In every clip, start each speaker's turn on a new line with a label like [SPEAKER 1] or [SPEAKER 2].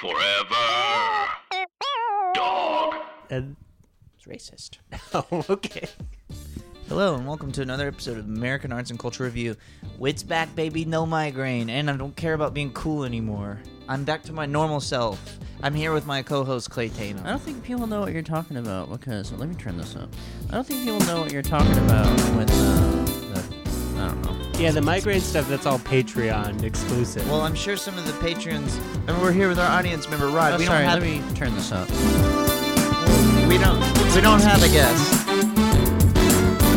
[SPEAKER 1] Forever. Dog.
[SPEAKER 2] And
[SPEAKER 3] It's racist.
[SPEAKER 2] oh, okay.
[SPEAKER 3] Hello and welcome to another episode of American Arts and Culture Review. Wits back, baby, no migraine, and I don't care about being cool anymore. I'm back to my normal self. I'm here with my co-host Clay Tatum.
[SPEAKER 4] I don't think people know what you're talking about because let me turn this up. I don't think people know what you're talking about when uh, the, I don't know.
[SPEAKER 2] Yeah, the migraine stuff, that's all Patreon exclusive.
[SPEAKER 3] Well, I'm sure some of the patrons. I mean, we're here with our audience member Rod.
[SPEAKER 4] Oh,
[SPEAKER 3] we
[SPEAKER 4] sorry,
[SPEAKER 3] don't have
[SPEAKER 4] let me turn this up.
[SPEAKER 3] we don't we don't have a guest.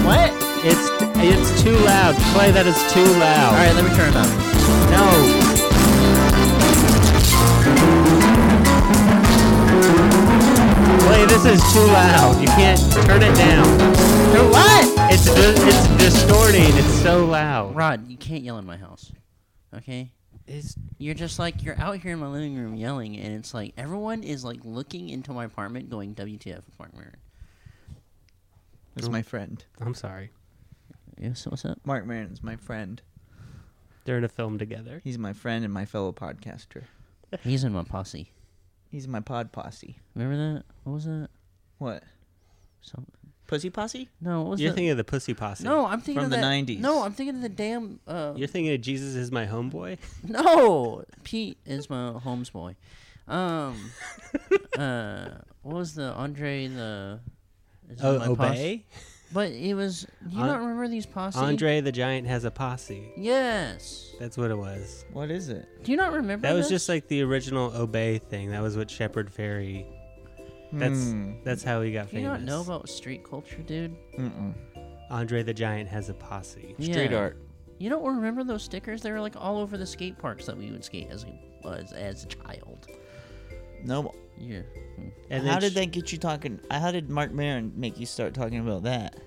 [SPEAKER 3] What?
[SPEAKER 2] it's it's too loud. Clay, that is too loud.
[SPEAKER 4] All right, let me turn it up.
[SPEAKER 2] No. Clay, this is too loud. You can't turn it down.
[SPEAKER 3] What?
[SPEAKER 2] It's di- it's distorting. It's so loud.
[SPEAKER 4] Rod, you can't yell in my house. Okay? It's, you're just like you're out here in my living room yelling, and it's like everyone is like looking into my apartment, going "WTF apartment?"
[SPEAKER 3] That's my friend.
[SPEAKER 2] I'm sorry.
[SPEAKER 4] Yes, what's up?
[SPEAKER 3] Mark Maron's my friend.
[SPEAKER 2] They're in a film together.
[SPEAKER 3] He's my friend and my fellow podcaster.
[SPEAKER 4] He's in my posse.
[SPEAKER 3] He's my pod posse.
[SPEAKER 4] Remember that? What was that?
[SPEAKER 3] What?
[SPEAKER 4] Some,
[SPEAKER 3] Pussy posse?
[SPEAKER 4] no, what was
[SPEAKER 2] You're
[SPEAKER 4] that?
[SPEAKER 2] thinking of the Pussy Posse.
[SPEAKER 4] no, I'm thinking
[SPEAKER 3] From
[SPEAKER 4] of
[SPEAKER 3] the
[SPEAKER 4] that-
[SPEAKER 3] 90s.
[SPEAKER 4] No, I'm thinking of the damn. Uh,
[SPEAKER 2] You're thinking of Jesus is my homeboy?
[SPEAKER 4] No, Pete is my homes boy. Um, uh, what was the Andre the? is it
[SPEAKER 2] Oh,
[SPEAKER 4] my
[SPEAKER 2] Obey?
[SPEAKER 4] Posse? But it was. Do you
[SPEAKER 2] An-
[SPEAKER 4] not remember these posse?
[SPEAKER 2] Andre the Giant has a posse.
[SPEAKER 4] Yes.
[SPEAKER 2] That's what it was.
[SPEAKER 3] What is it?
[SPEAKER 4] Do you not remember?
[SPEAKER 2] That was
[SPEAKER 4] this?
[SPEAKER 2] just like the original Obey thing. That was what Shepard Fairey. That's that's how he got
[SPEAKER 4] Do Hmm. you
[SPEAKER 2] famous.
[SPEAKER 4] not know about street culture, dude?
[SPEAKER 3] Mm-mm.
[SPEAKER 2] Andre the Giant has a posse.
[SPEAKER 3] Street
[SPEAKER 4] Yeah.
[SPEAKER 3] art.
[SPEAKER 4] You don't remember those stickers? They were like all over the skate parks that we would skate as a- as, as a child.
[SPEAKER 3] No.
[SPEAKER 4] Yeah. Mm.
[SPEAKER 2] And
[SPEAKER 3] how
[SPEAKER 2] then
[SPEAKER 3] did
[SPEAKER 2] Sh-
[SPEAKER 3] that get you talking? uh, How did Mark Maron make you start talking about that?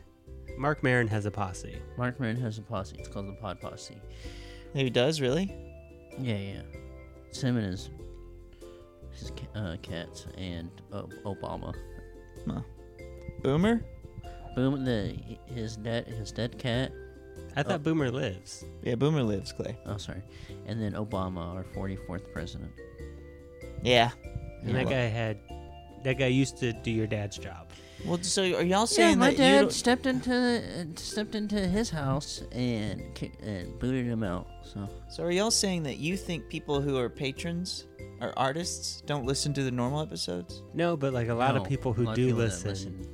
[SPEAKER 2] Mark Maron has a posse.
[SPEAKER 4] Mark Maron has a posse. It's called the Pod Posse.
[SPEAKER 3] He does really.
[SPEAKER 4] Yeah, yeah. It's him and his his ca- uh, cats and uh, Obama.
[SPEAKER 3] Huh. Boomer.
[SPEAKER 4] Boom, the his dead his dead cat.
[SPEAKER 2] I thought Boomer lives.
[SPEAKER 3] Yeah, Boomer lives Clay.
[SPEAKER 4] Oh, sorry. And then Obama, our forty fourth president.
[SPEAKER 3] Yeah.
[SPEAKER 2] And that guy had that guy used to do your dad's job.
[SPEAKER 3] Well, so are y'all saying
[SPEAKER 4] yeah, my
[SPEAKER 3] that you
[SPEAKER 4] dad
[SPEAKER 3] don't-
[SPEAKER 4] stepped into the, uh, stepped into his house and ki- and booted him out. So
[SPEAKER 3] So are y'all saying that you think people who are patrons or artists don't listen to the normal episodes?
[SPEAKER 2] No, but like a lot of
[SPEAKER 4] No,
[SPEAKER 2] people
[SPEAKER 4] a
[SPEAKER 2] who
[SPEAKER 4] lot of
[SPEAKER 2] do
[SPEAKER 4] people that
[SPEAKER 2] listen,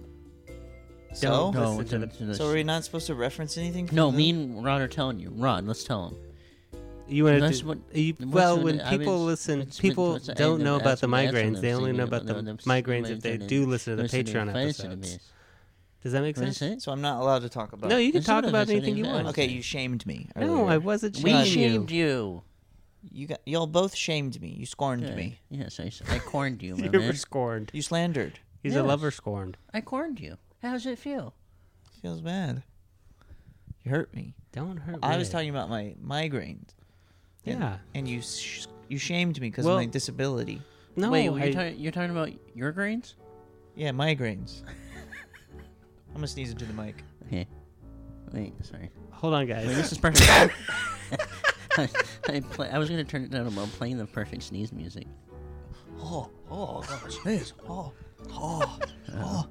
[SPEAKER 3] So?
[SPEAKER 2] don't
[SPEAKER 4] No,
[SPEAKER 2] listen to
[SPEAKER 4] to-
[SPEAKER 2] the.
[SPEAKER 4] to the-
[SPEAKER 3] So are we not supposed to reference anything? From
[SPEAKER 4] no,
[SPEAKER 3] the-
[SPEAKER 4] me and Rod are telling you. Rod, let's tell him.
[SPEAKER 2] You want
[SPEAKER 4] That's
[SPEAKER 2] to?
[SPEAKER 4] what-
[SPEAKER 2] you,
[SPEAKER 4] what's
[SPEAKER 2] well,
[SPEAKER 4] the-
[SPEAKER 2] when
[SPEAKER 4] I mean,
[SPEAKER 2] people
[SPEAKER 4] it's-
[SPEAKER 2] listen,
[SPEAKER 4] it's-
[SPEAKER 2] people
[SPEAKER 4] it's-
[SPEAKER 2] don't
[SPEAKER 4] and
[SPEAKER 2] know about
[SPEAKER 4] that's
[SPEAKER 2] the
[SPEAKER 4] what- that's what
[SPEAKER 2] migraines.
[SPEAKER 4] I'm
[SPEAKER 2] They only
[SPEAKER 4] saying,
[SPEAKER 2] know
[SPEAKER 4] you
[SPEAKER 2] about the
[SPEAKER 4] know, that's
[SPEAKER 2] migraines if
[SPEAKER 4] what
[SPEAKER 2] they
[SPEAKER 4] I'm
[SPEAKER 2] do listen to the
[SPEAKER 4] listening,
[SPEAKER 2] Patreon
[SPEAKER 4] listening to
[SPEAKER 2] episodes.
[SPEAKER 4] me.
[SPEAKER 2] Does that make
[SPEAKER 4] What is
[SPEAKER 2] sense?
[SPEAKER 4] it?
[SPEAKER 3] So I'm not allowed to talk about.
[SPEAKER 2] No, you can
[SPEAKER 4] Listen
[SPEAKER 2] talk
[SPEAKER 4] to
[SPEAKER 2] about
[SPEAKER 4] this, I
[SPEAKER 2] anything you
[SPEAKER 4] didn't
[SPEAKER 2] want.
[SPEAKER 4] ask.
[SPEAKER 3] Okay, you shamed me.
[SPEAKER 2] No,
[SPEAKER 3] earlier.
[SPEAKER 2] I wasn't.
[SPEAKER 4] We
[SPEAKER 2] shaming
[SPEAKER 4] shamed
[SPEAKER 2] you.
[SPEAKER 4] you.
[SPEAKER 3] You got y'all both shamed me. You scorned
[SPEAKER 4] Yeah.
[SPEAKER 3] me.
[SPEAKER 4] Yes, I, s- I corned you, my
[SPEAKER 2] You were
[SPEAKER 4] man.
[SPEAKER 2] scorned.
[SPEAKER 3] You slandered.
[SPEAKER 2] He's a
[SPEAKER 4] Yes.
[SPEAKER 2] lover scorned.
[SPEAKER 4] I corned you. How does it feel?
[SPEAKER 3] Feels bad. You hurt me.
[SPEAKER 2] Don't hurt.
[SPEAKER 3] I
[SPEAKER 2] me.
[SPEAKER 3] was talking about my migraines. And,
[SPEAKER 2] Yeah.
[SPEAKER 3] And you sh- you shamed me because
[SPEAKER 2] Well-
[SPEAKER 3] of my disability.
[SPEAKER 2] No,
[SPEAKER 4] Wait,
[SPEAKER 2] I-
[SPEAKER 4] you're, talking, you're talking about your grains?
[SPEAKER 3] Yeah, migraines. I'm gonna sneeze into the mic.
[SPEAKER 4] Yeah. Wait, sorry.
[SPEAKER 2] hold on, guys.
[SPEAKER 4] Wait, this is perfect. I, I, play, I was going to turn it down, but I'm playing the perfect sneeze music.
[SPEAKER 3] Oh, oh, God, sneeze. Oh, oh, oh.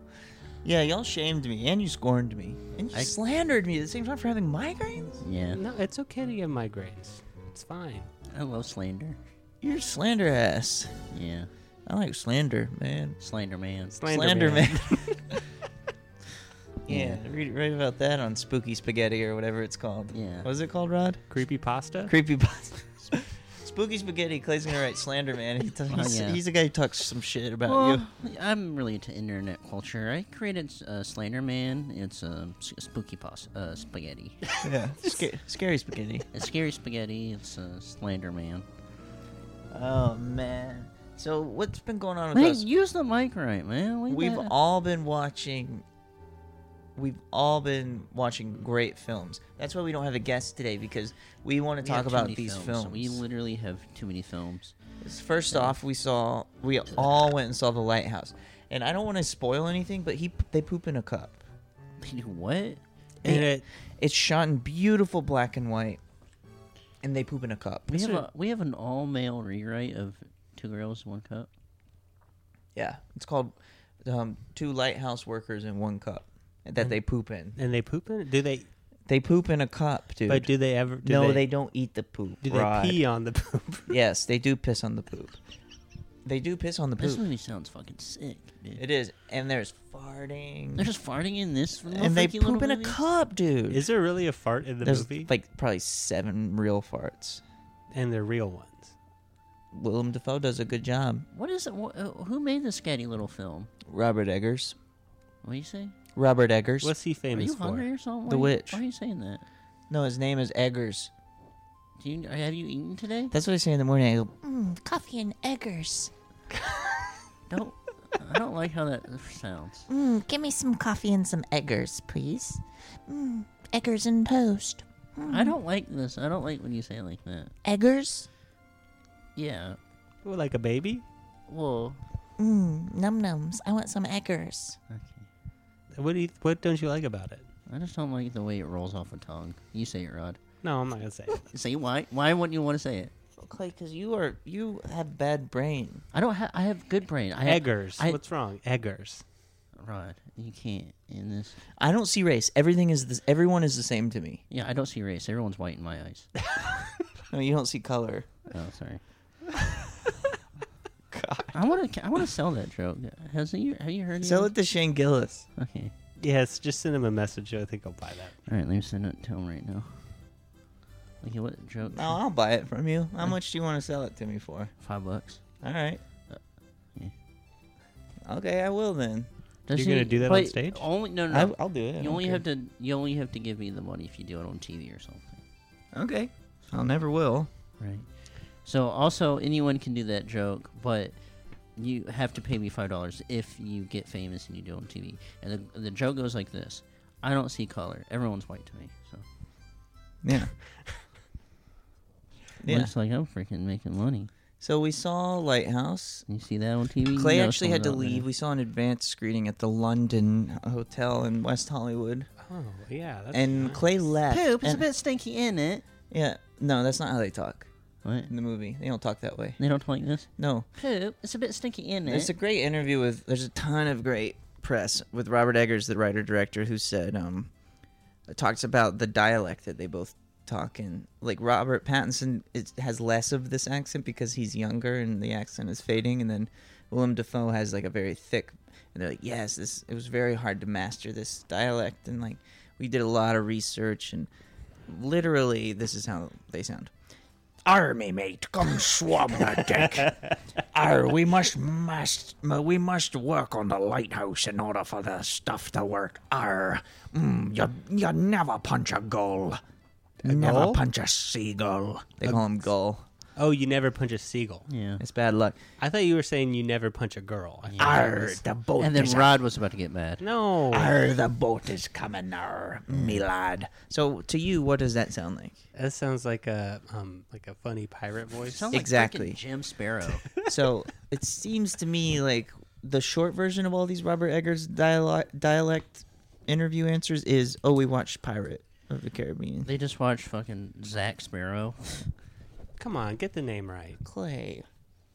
[SPEAKER 3] Yeah, y'all shamed me and you scorned me and you
[SPEAKER 4] I-
[SPEAKER 3] slandered me at the same time for having migraines.
[SPEAKER 4] Yeah.
[SPEAKER 2] No, it's okay to get migraines. It's fine.
[SPEAKER 4] I love slander.
[SPEAKER 3] You're slander ass.
[SPEAKER 4] Yeah.
[SPEAKER 3] I like slander, man.
[SPEAKER 4] Slander man.
[SPEAKER 3] Slander
[SPEAKER 2] man.
[SPEAKER 3] man. yeah, read, read about that on Spooky Spaghetti or whatever it's called.
[SPEAKER 4] Yeah.
[SPEAKER 3] What is it called, Rod?
[SPEAKER 2] Creepy pasta.
[SPEAKER 3] Creepy boss. Spooky Spaghetti. Clay's gonna write slander man. He t- he's,
[SPEAKER 4] yeah.
[SPEAKER 3] he's the guy who talks some shit about you.
[SPEAKER 4] Well, Uh, I'm really into internet culture. I created uh, Slander Man. It's um, s spooky pos- uh, spaghetti.
[SPEAKER 3] Yeah. Sca- scary spaghetti.
[SPEAKER 4] it's scary spaghetti. It's uh, Slander Man.
[SPEAKER 3] Oh man. So what's been going on with
[SPEAKER 4] Man,
[SPEAKER 3] us?
[SPEAKER 4] use the mic right, man. Leave
[SPEAKER 3] We've
[SPEAKER 4] that-
[SPEAKER 3] all been watching. We've all been watching great films. That's why we don't have a guest today because we want to
[SPEAKER 4] We
[SPEAKER 3] talk
[SPEAKER 4] have too
[SPEAKER 3] about
[SPEAKER 4] many
[SPEAKER 3] these films.
[SPEAKER 4] films. We literally have too many films.
[SPEAKER 3] First off, we saw we all went and saw The Lighthouse, and I don't want to spoil anything, but he they poop in a cup.
[SPEAKER 4] They do what?
[SPEAKER 2] And it,
[SPEAKER 3] It's shot in beautiful black and white, and they poop in a cup.
[SPEAKER 4] We have
[SPEAKER 3] It's a-
[SPEAKER 4] a, we have an all male rewrite of Two Girls One Cup.
[SPEAKER 3] yeah, it's called um, Two Lighthouse Workers in One Cup that they poop in.
[SPEAKER 2] and they poop in it. Do they?
[SPEAKER 3] They poop in a cup, dude.
[SPEAKER 2] But do they ever? Do
[SPEAKER 3] no,
[SPEAKER 2] they,
[SPEAKER 3] they, don't eat the poop.
[SPEAKER 2] do they
[SPEAKER 3] Rod.
[SPEAKER 2] pee on the poop?
[SPEAKER 3] Yes, they do piss on the poop. They do piss on the
[SPEAKER 4] This
[SPEAKER 3] poop.
[SPEAKER 4] movie sounds fucking sick, dude.
[SPEAKER 3] It is, and there's farting,
[SPEAKER 4] They're just farting in this little
[SPEAKER 3] and they
[SPEAKER 4] freaky little
[SPEAKER 3] poop in a
[SPEAKER 4] movie?
[SPEAKER 3] cup, dude.
[SPEAKER 2] Is there really a fart in the
[SPEAKER 3] there's
[SPEAKER 2] movie?
[SPEAKER 3] like probably seven real farts.
[SPEAKER 2] and they're real ones.
[SPEAKER 3] Willem Dafoe does a good job.
[SPEAKER 4] What is it? Wh- uh, who made this scatty little film?
[SPEAKER 3] Robert Eggers.
[SPEAKER 4] What do you say?
[SPEAKER 3] Robert Eggers.
[SPEAKER 2] What's he
[SPEAKER 4] Are
[SPEAKER 2] famous
[SPEAKER 4] you hungry
[SPEAKER 2] for?
[SPEAKER 4] or something? Why
[SPEAKER 3] The
[SPEAKER 4] are you-
[SPEAKER 3] Witch.
[SPEAKER 4] Why are you saying that?
[SPEAKER 3] no, his name is Eggers.
[SPEAKER 4] Do you, have you eaten today?
[SPEAKER 3] That's what I say in the morning. I go,
[SPEAKER 5] Mm, coffee and eggers.
[SPEAKER 4] Don't. I don't like how that sounds.
[SPEAKER 5] Mm, give me some coffee and some eggers, please. Mm, eggers and toast.
[SPEAKER 4] I don't like this. I don't like when you say it like that.
[SPEAKER 5] Eggers?
[SPEAKER 4] Yeah.
[SPEAKER 2] Ooh, like a baby?
[SPEAKER 4] Well.
[SPEAKER 5] Mm, num nums. I want some eggers.
[SPEAKER 4] Okay.
[SPEAKER 2] What do you, What don't you like about it?
[SPEAKER 4] I just don't like the way it rolls off a tongue. You say it, Rod.
[SPEAKER 2] No, I'm not gonna say. It.
[SPEAKER 4] Say why? Why wouldn't you want to say it?
[SPEAKER 3] Clay, because you are you have bad brain.
[SPEAKER 4] I don't have. I have good brain. I
[SPEAKER 2] Eggers.
[SPEAKER 4] I,
[SPEAKER 2] What's wrong? Eggers.
[SPEAKER 4] Rod, you can't in this.
[SPEAKER 3] I don't see race. Everything is this. Everyone is the same to me.
[SPEAKER 4] Yeah, I don't see race. Everyone's white in my eyes.
[SPEAKER 3] No, you don't see color.
[SPEAKER 4] Oh, sorry. I want to. I want to sell that joke. Has you? Have you heard?
[SPEAKER 3] Sell
[SPEAKER 4] of
[SPEAKER 3] it to Shane Gillis.
[SPEAKER 4] it? Okay.
[SPEAKER 2] Yes, just send him a message. I think I'll buy that.
[SPEAKER 4] All right. Let me send it to him right now. Okay, what joke?
[SPEAKER 3] No, I'll buy it from you. How much do you want to sell it to me for?
[SPEAKER 4] Five bucks.
[SPEAKER 3] All right.
[SPEAKER 4] yeah.
[SPEAKER 3] Okay, I will then.
[SPEAKER 4] Does
[SPEAKER 2] gonna
[SPEAKER 4] he-
[SPEAKER 2] do that on
[SPEAKER 4] wait,
[SPEAKER 2] stage?
[SPEAKER 4] Only no, no.
[SPEAKER 3] I, I'll do it. I
[SPEAKER 4] you
[SPEAKER 3] don't
[SPEAKER 4] only
[SPEAKER 3] care.
[SPEAKER 4] have to. You only have to give me the money if you do it on TV or something.
[SPEAKER 3] Okay. I'll never will.
[SPEAKER 4] Right. So also anyone can do that joke, but you have to pay me five dollars if you get famous and you do it on TV. And the the joke goes like this: I don't see color. Everyone's white to me. So
[SPEAKER 3] Yeah. yeah.
[SPEAKER 4] looks like I'm freaking making money.
[SPEAKER 3] So we saw Lighthouse.
[SPEAKER 4] You see that on TV? You
[SPEAKER 3] Clay
[SPEAKER 4] know
[SPEAKER 3] actually had to
[SPEAKER 4] something's
[SPEAKER 3] leave.
[SPEAKER 4] up
[SPEAKER 3] We saw an advanced screening at the London Hotel in West Hollywood,
[SPEAKER 2] Oh yeah. That's
[SPEAKER 3] and Clay left.
[SPEAKER 4] there. Poop. It's a
[SPEAKER 3] and-
[SPEAKER 4] bit stinky in it.
[SPEAKER 3] Yeah. No, that's not how they talk
[SPEAKER 4] What?
[SPEAKER 3] in the movie. They don't talk that way.
[SPEAKER 4] They don't like this.
[SPEAKER 3] No.
[SPEAKER 4] Poop. It's a bit stinky in
[SPEAKER 3] It's
[SPEAKER 4] it.
[SPEAKER 3] a great interview with. There's a ton of great press with Robert Eggers, the writer director, who said um, talks about the dialect that they both talk in. Like Robert Pattinson is, has less of this accent because he's younger and the accent is fading, and then Willem Dafoe has like a very thick. And they're like, yes, this it was very hard to master this dialect, and like we did a lot of research, and literally this is how they sound.
[SPEAKER 6] Army mate, come swab the deck. Arr, we must must we must work on the lighthouse in order for the stuff to work. Arr, mm, you you never punch a gull, never
[SPEAKER 2] gull?
[SPEAKER 6] punch a seagull.
[SPEAKER 3] They call him Gull.
[SPEAKER 2] Oh, you never punch a seagull.
[SPEAKER 4] yeah.
[SPEAKER 3] It's bad luck.
[SPEAKER 2] I thought you were saying you never punch a girl. I thought-
[SPEAKER 6] Arr, the boat
[SPEAKER 4] And then
[SPEAKER 6] is
[SPEAKER 4] Rod was about to get mad.
[SPEAKER 2] No.
[SPEAKER 6] arr, the boat is coming. Arr, me lad.
[SPEAKER 3] So to you, what does that sound like?
[SPEAKER 2] That sounds like a um like a funny pirate voice.
[SPEAKER 4] Sounds like freaking
[SPEAKER 3] Exactly.
[SPEAKER 4] Jim Sparrow.
[SPEAKER 3] so it seems to me like the short version of all these Robert Eggers dialect, dialect interview answers is, "Oh, we watched Pirate of the Caribbean."
[SPEAKER 4] they just watched fucking Zach Sparrow.
[SPEAKER 2] Come on, get the name right.
[SPEAKER 3] Clay,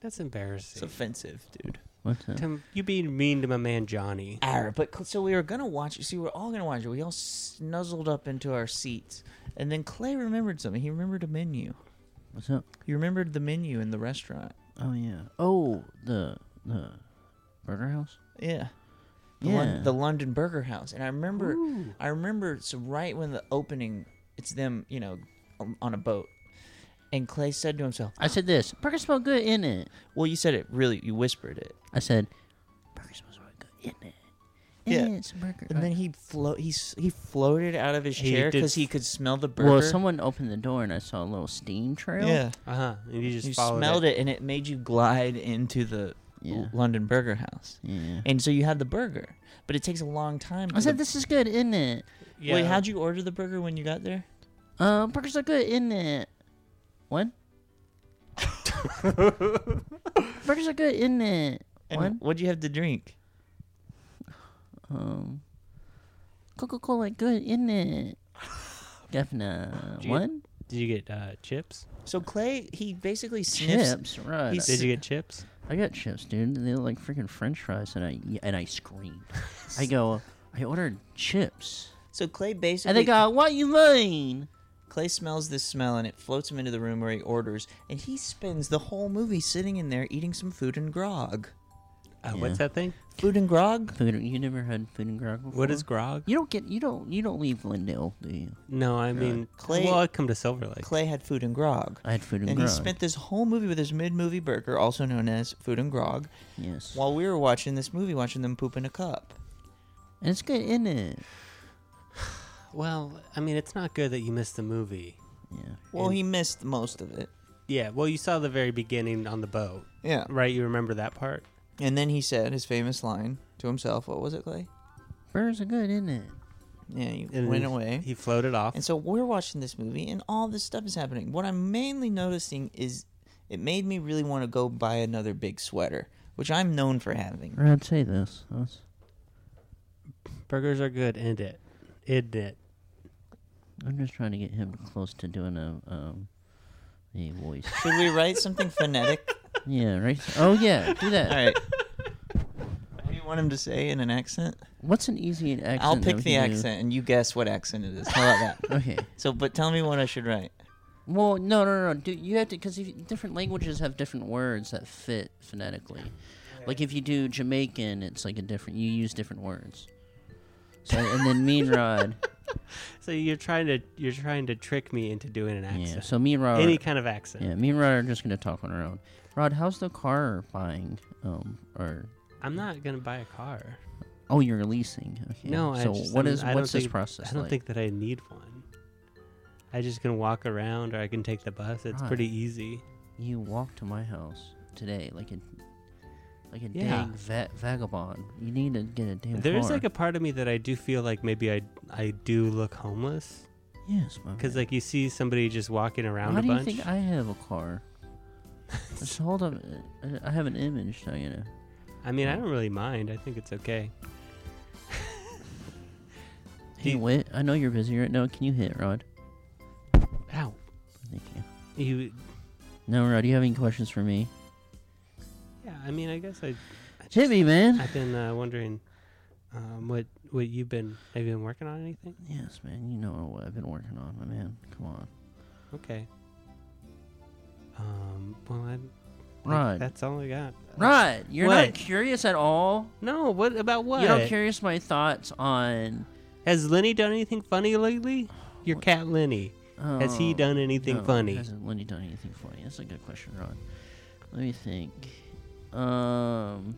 [SPEAKER 2] That's
[SPEAKER 3] it's
[SPEAKER 2] embarrassing.
[SPEAKER 3] offensive, dude.
[SPEAKER 4] What's that?
[SPEAKER 2] Tim, you being mean to my man Johnny.
[SPEAKER 3] Arr, but Cl- so we were gonna watch. See, we are all gonna watch it. We all snuzzled up into our seats, and then Clay remembered something. He remembered a menu.
[SPEAKER 4] What's up?
[SPEAKER 3] He remembered the menu in the restaurant.
[SPEAKER 4] Oh yeah. Oh the the burger house.
[SPEAKER 3] Yeah. The, Lon-
[SPEAKER 4] Yeah.
[SPEAKER 3] the London Burger House, and I remember, I remember. So right when the opening, it's them, you know, on- on a boat, and Clay said to himself,
[SPEAKER 4] I said this. Burger smell good in it.
[SPEAKER 3] "Well, you said it really. You whispered it."
[SPEAKER 4] I said, burger smells really good in it.
[SPEAKER 3] Yeah.
[SPEAKER 5] It's a burger.
[SPEAKER 3] And then he flo- he s- he floated out of his
[SPEAKER 2] He
[SPEAKER 3] chair
[SPEAKER 2] did
[SPEAKER 3] because he
[SPEAKER 2] f-
[SPEAKER 3] could smell the burger.
[SPEAKER 4] Well, someone opened the door and I saw a little steam trail.
[SPEAKER 3] yeah,
[SPEAKER 2] Uh huh. And you just
[SPEAKER 3] you
[SPEAKER 2] followed
[SPEAKER 3] smelled it. and it made you glide into the
[SPEAKER 4] Yeah.
[SPEAKER 3] L- London Burger House,
[SPEAKER 4] Yeah.
[SPEAKER 3] and so you had the burger. But it takes a long time.
[SPEAKER 4] I
[SPEAKER 3] for
[SPEAKER 4] said,
[SPEAKER 3] the-
[SPEAKER 4] "This is good, isn't it?
[SPEAKER 2] Yeah.
[SPEAKER 3] Wait, how'd you order the burger when you got there?
[SPEAKER 4] Uh, burgers are good, isn't it? What? burgers are good, isn't it? What?
[SPEAKER 3] And what'd you have to drink?
[SPEAKER 4] Um, Coca Cola good, isn't it? Defna.
[SPEAKER 2] Did you
[SPEAKER 4] What?
[SPEAKER 2] Get, did you get uh, chips?
[SPEAKER 3] So Clay, he basically sniffs.
[SPEAKER 4] Chips, right?
[SPEAKER 3] he's-
[SPEAKER 4] I-
[SPEAKER 2] Did you get chips?
[SPEAKER 4] I got chips, dude. They look like freaking French fries, and I and I screamed. I go, I ordered chips,
[SPEAKER 3] So Clay basically
[SPEAKER 4] and they go, "What you mean?"
[SPEAKER 3] Clay smells this smell and it floats him into the room where he orders, and he spends the whole movie sitting in there eating some food and grog.
[SPEAKER 2] Uh, What's that thing?
[SPEAKER 3] Food and grog?
[SPEAKER 4] Food? You never had food and grog before?
[SPEAKER 2] What is grog?
[SPEAKER 4] You don't get. You don't. You don't leave Glendale, do you?
[SPEAKER 2] No, I mean,
[SPEAKER 3] Clay-
[SPEAKER 2] well, I come to Silver Lake.
[SPEAKER 3] Clay had food and grog.
[SPEAKER 4] I had food and,
[SPEAKER 3] And
[SPEAKER 4] grog.
[SPEAKER 3] he spent this whole movie with his mid movie burger, also known as food and grog,
[SPEAKER 4] yes,
[SPEAKER 3] while we were watching this movie, watching them poop in a cup.
[SPEAKER 4] and it's good, isn't it?
[SPEAKER 2] Well, I mean, it's not good that you missed the movie.
[SPEAKER 4] Yeah.
[SPEAKER 3] Well, he missed most of it.
[SPEAKER 2] Yeah. Well, you saw the very beginning on the boat,
[SPEAKER 3] Yeah.
[SPEAKER 2] right? You remember that part?
[SPEAKER 3] And then he said his famous line to himself. What was it, Clay?
[SPEAKER 4] Burgers are good, isn't it?
[SPEAKER 3] Yeah, he
[SPEAKER 2] And
[SPEAKER 3] went
[SPEAKER 2] he-
[SPEAKER 3] away.
[SPEAKER 2] He floated off.
[SPEAKER 3] And so we're watching this movie, and all this stuff is happening. What I'm mainly noticing is it made me really want to go buy another big sweater, which I'm known for having.
[SPEAKER 4] Or I'd say this. That's-
[SPEAKER 2] Burgers are good. End it. End it.
[SPEAKER 4] I'm just trying to get him close to doing a um a voice.
[SPEAKER 3] Should we write something phonetic?
[SPEAKER 4] yeah. Right. Oh yeah. Do that.
[SPEAKER 3] All right. What do you want him to say in an accent?
[SPEAKER 4] What's an easy accent?
[SPEAKER 3] I'll
[SPEAKER 4] that
[SPEAKER 3] pick
[SPEAKER 4] we
[SPEAKER 3] the
[SPEAKER 4] can do?
[SPEAKER 3] accent, and you guess what accent it is. How about that?
[SPEAKER 4] Okay.
[SPEAKER 3] So, but tell me what I should write.
[SPEAKER 4] Well, no, no, no. no. Do, you have to because different languages have different words that fit phonetically. Like if you do Jamaican, it's like a different. You use different words. So and then Mean Rod,
[SPEAKER 2] So you're trying to you're trying to trick me into doing an
[SPEAKER 4] yeah.
[SPEAKER 2] accent.
[SPEAKER 4] So Mean Rod,
[SPEAKER 2] Any kind of accent.
[SPEAKER 4] yeah. Me and Rod are just gonna talk on our own. Rod, how's the car buying? Um, or
[SPEAKER 2] I'm not gonna buy a car.
[SPEAKER 4] oh, you're leasing. Okay.
[SPEAKER 2] No, I
[SPEAKER 4] So
[SPEAKER 2] just,
[SPEAKER 4] what
[SPEAKER 2] I'm-
[SPEAKER 4] is-
[SPEAKER 2] I don't
[SPEAKER 4] what's this
[SPEAKER 2] think-
[SPEAKER 4] process?
[SPEAKER 2] I don't
[SPEAKER 4] like?
[SPEAKER 2] think that I need one. I just can walk around, or I can take the bus. It's
[SPEAKER 4] Right.
[SPEAKER 2] pretty easy.
[SPEAKER 4] you walk to my house today, like a like a
[SPEAKER 2] Yeah.
[SPEAKER 4] dang va- vagabond. You need to get a damn.
[SPEAKER 2] There's
[SPEAKER 4] car.
[SPEAKER 2] like a part of me that I do feel like maybe I I do look homeless
[SPEAKER 4] yes, my
[SPEAKER 2] because
[SPEAKER 4] man.
[SPEAKER 2] like you see somebody just walking around
[SPEAKER 4] Why
[SPEAKER 2] a
[SPEAKER 4] do
[SPEAKER 2] bunch.
[SPEAKER 4] you think I have a car? Just hold up. uh, I- I have an image, now you know.
[SPEAKER 2] I mean, I don't really mind. I think it's okay.
[SPEAKER 4] Hey,
[SPEAKER 2] you-
[SPEAKER 4] Wit, I know you're busy right now. Can you hit, Rod?
[SPEAKER 2] Ow!
[SPEAKER 4] Thank you.
[SPEAKER 2] You.
[SPEAKER 4] No, Rod, do you have any questions for me?
[SPEAKER 2] Yeah. I mean, I guess I
[SPEAKER 4] Hit me, man.
[SPEAKER 2] I've been uh, wondering um, what what you've been have you been working on anything?
[SPEAKER 4] Yes, man. You know what I've been working on, my man. Come on.
[SPEAKER 2] Okay. Um. Well, I.
[SPEAKER 4] Rod.
[SPEAKER 2] That's all I got.
[SPEAKER 4] Rod, you're
[SPEAKER 2] Uh, What?
[SPEAKER 4] not curious at all?
[SPEAKER 2] No. What about what?
[SPEAKER 4] You're not curious my thoughts on.
[SPEAKER 2] Has Lenny done anything funny lately? Your cat Lenny. Has he
[SPEAKER 4] Oh,
[SPEAKER 2] done anything
[SPEAKER 4] no,
[SPEAKER 2] funny?
[SPEAKER 4] Hasn't Lenny done anything funny? That's a good question, Rod. Let me think. Um,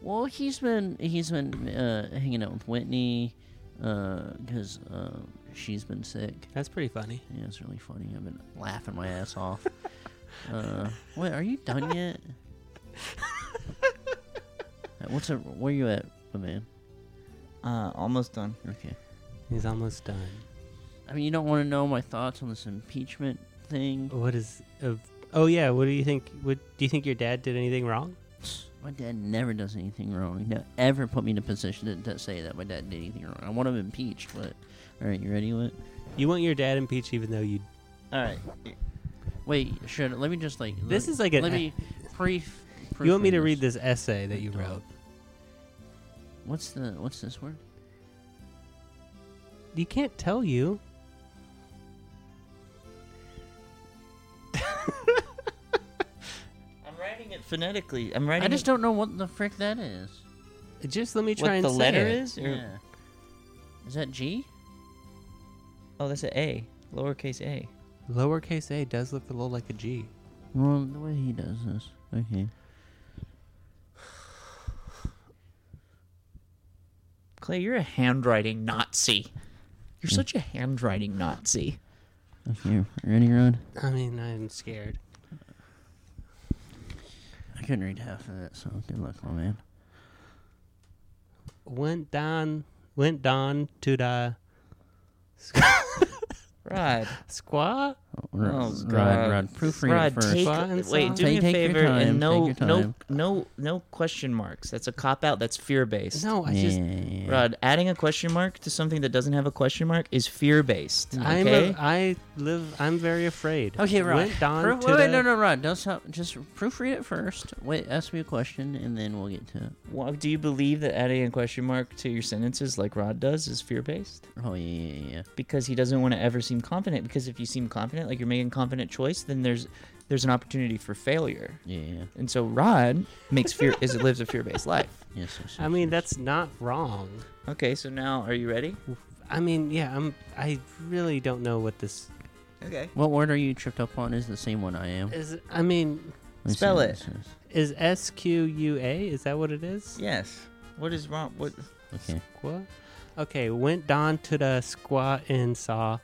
[SPEAKER 4] well, he's been he's been uh, hanging out with Whitney because uh, she's been sick.
[SPEAKER 2] That's pretty funny.
[SPEAKER 4] Yeah, it's really funny. I've been laughing my ass off. uh, wait, are you done yet? Uh, What's up? Where you at, my man?
[SPEAKER 3] Uh, almost done.
[SPEAKER 4] Okay.
[SPEAKER 2] He's almost done.
[SPEAKER 4] I mean, you don't want to know my thoughts on this impeachment thing.
[SPEAKER 2] What is? Uh, oh yeah. What do you think? What do you think your dad did anything wrong?
[SPEAKER 4] My dad never does anything wrong. He never ever put me in a position to, to say that my dad did anything wrong. I want him impeached, but all right, you ready? What?
[SPEAKER 2] You want your dad impeached even though you.
[SPEAKER 3] All right.
[SPEAKER 4] Wait, should let me just like
[SPEAKER 2] This
[SPEAKER 4] let,
[SPEAKER 2] is like an
[SPEAKER 4] let
[SPEAKER 2] a-
[SPEAKER 4] me brief.
[SPEAKER 2] You want me to read this essay that you wrote?
[SPEAKER 4] What's the what's this word?
[SPEAKER 2] You can't tell you.
[SPEAKER 3] I'm writing it phonetically. I'm writing
[SPEAKER 4] I just
[SPEAKER 3] it
[SPEAKER 4] don't know what the frick that is.
[SPEAKER 2] Just let me
[SPEAKER 3] what
[SPEAKER 2] try and
[SPEAKER 3] the
[SPEAKER 2] say
[SPEAKER 3] letter
[SPEAKER 2] it.
[SPEAKER 3] is. or-
[SPEAKER 4] Yeah. Is that G?
[SPEAKER 3] Oh, that's a A, lowercase a.
[SPEAKER 2] Lowercase a does look a little like a G.
[SPEAKER 4] Well, the way he does this. Okay.
[SPEAKER 6] Clay, you're a handwriting Nazi.
[SPEAKER 4] Hmm.
[SPEAKER 6] You're such a handwriting Nazi.
[SPEAKER 4] Here, ready, Rod?
[SPEAKER 2] I mean, I'm scared.
[SPEAKER 4] I couldn't read half of that, so good luck, my man.
[SPEAKER 2] Went down, went down to the
[SPEAKER 6] Right.
[SPEAKER 2] squad.
[SPEAKER 4] Rod,
[SPEAKER 6] Oh,
[SPEAKER 4] Rod,
[SPEAKER 6] God.
[SPEAKER 4] Rod, proofread
[SPEAKER 6] Rod,
[SPEAKER 4] it first.
[SPEAKER 6] take,
[SPEAKER 2] Fine,
[SPEAKER 6] wait,
[SPEAKER 2] son.
[SPEAKER 6] do me a
[SPEAKER 4] Take your
[SPEAKER 6] favor
[SPEAKER 4] time,
[SPEAKER 6] and no,
[SPEAKER 4] take your
[SPEAKER 6] no,
[SPEAKER 4] time.
[SPEAKER 6] no, no question marks. That's a cop out. That's fear based.
[SPEAKER 2] No, I
[SPEAKER 4] yeah,
[SPEAKER 2] just.
[SPEAKER 4] yeah,
[SPEAKER 6] Rod, adding a question mark to something that doesn't have a question mark is fear based.
[SPEAKER 2] I'm
[SPEAKER 6] Okay.
[SPEAKER 2] a, I live. I'm very afraid.
[SPEAKER 4] yeah. Okay, Rod.
[SPEAKER 2] Went down
[SPEAKER 4] Proof-
[SPEAKER 2] to
[SPEAKER 4] wait,
[SPEAKER 2] the,
[SPEAKER 4] wait, no, no, Rod. Don't stop. Just proofread it first. Wait, ask me a question, and then we'll get to it.
[SPEAKER 6] Well, do you believe that adding a question mark to your sentences, like Rod does, is fear based?
[SPEAKER 4] Oh yeah, yeah, yeah.
[SPEAKER 6] because he doesn't want to ever seem confident because if you seem confident like you're making a confident choice then there's there's an opportunity for failure
[SPEAKER 4] Yeah, yeah.
[SPEAKER 6] and so rod makes fear is lives a fear-based life
[SPEAKER 4] Yes, yes, yes.
[SPEAKER 3] Uh,
[SPEAKER 2] I mean, that's not wrong.
[SPEAKER 6] okay so now are you ready
[SPEAKER 2] I mean, yeah. I'm. I really don't know what this
[SPEAKER 3] Okay.
[SPEAKER 4] What word are you tripped up on is the same one I am.
[SPEAKER 2] is. I mean,
[SPEAKER 4] Let me see
[SPEAKER 3] spell
[SPEAKER 4] what
[SPEAKER 3] it.
[SPEAKER 4] this is.
[SPEAKER 2] is S Q U A? Is that what it is?
[SPEAKER 3] Yes. What is wrong? What?
[SPEAKER 4] Okay.
[SPEAKER 2] Squaw? Okay, went down to the squat and saw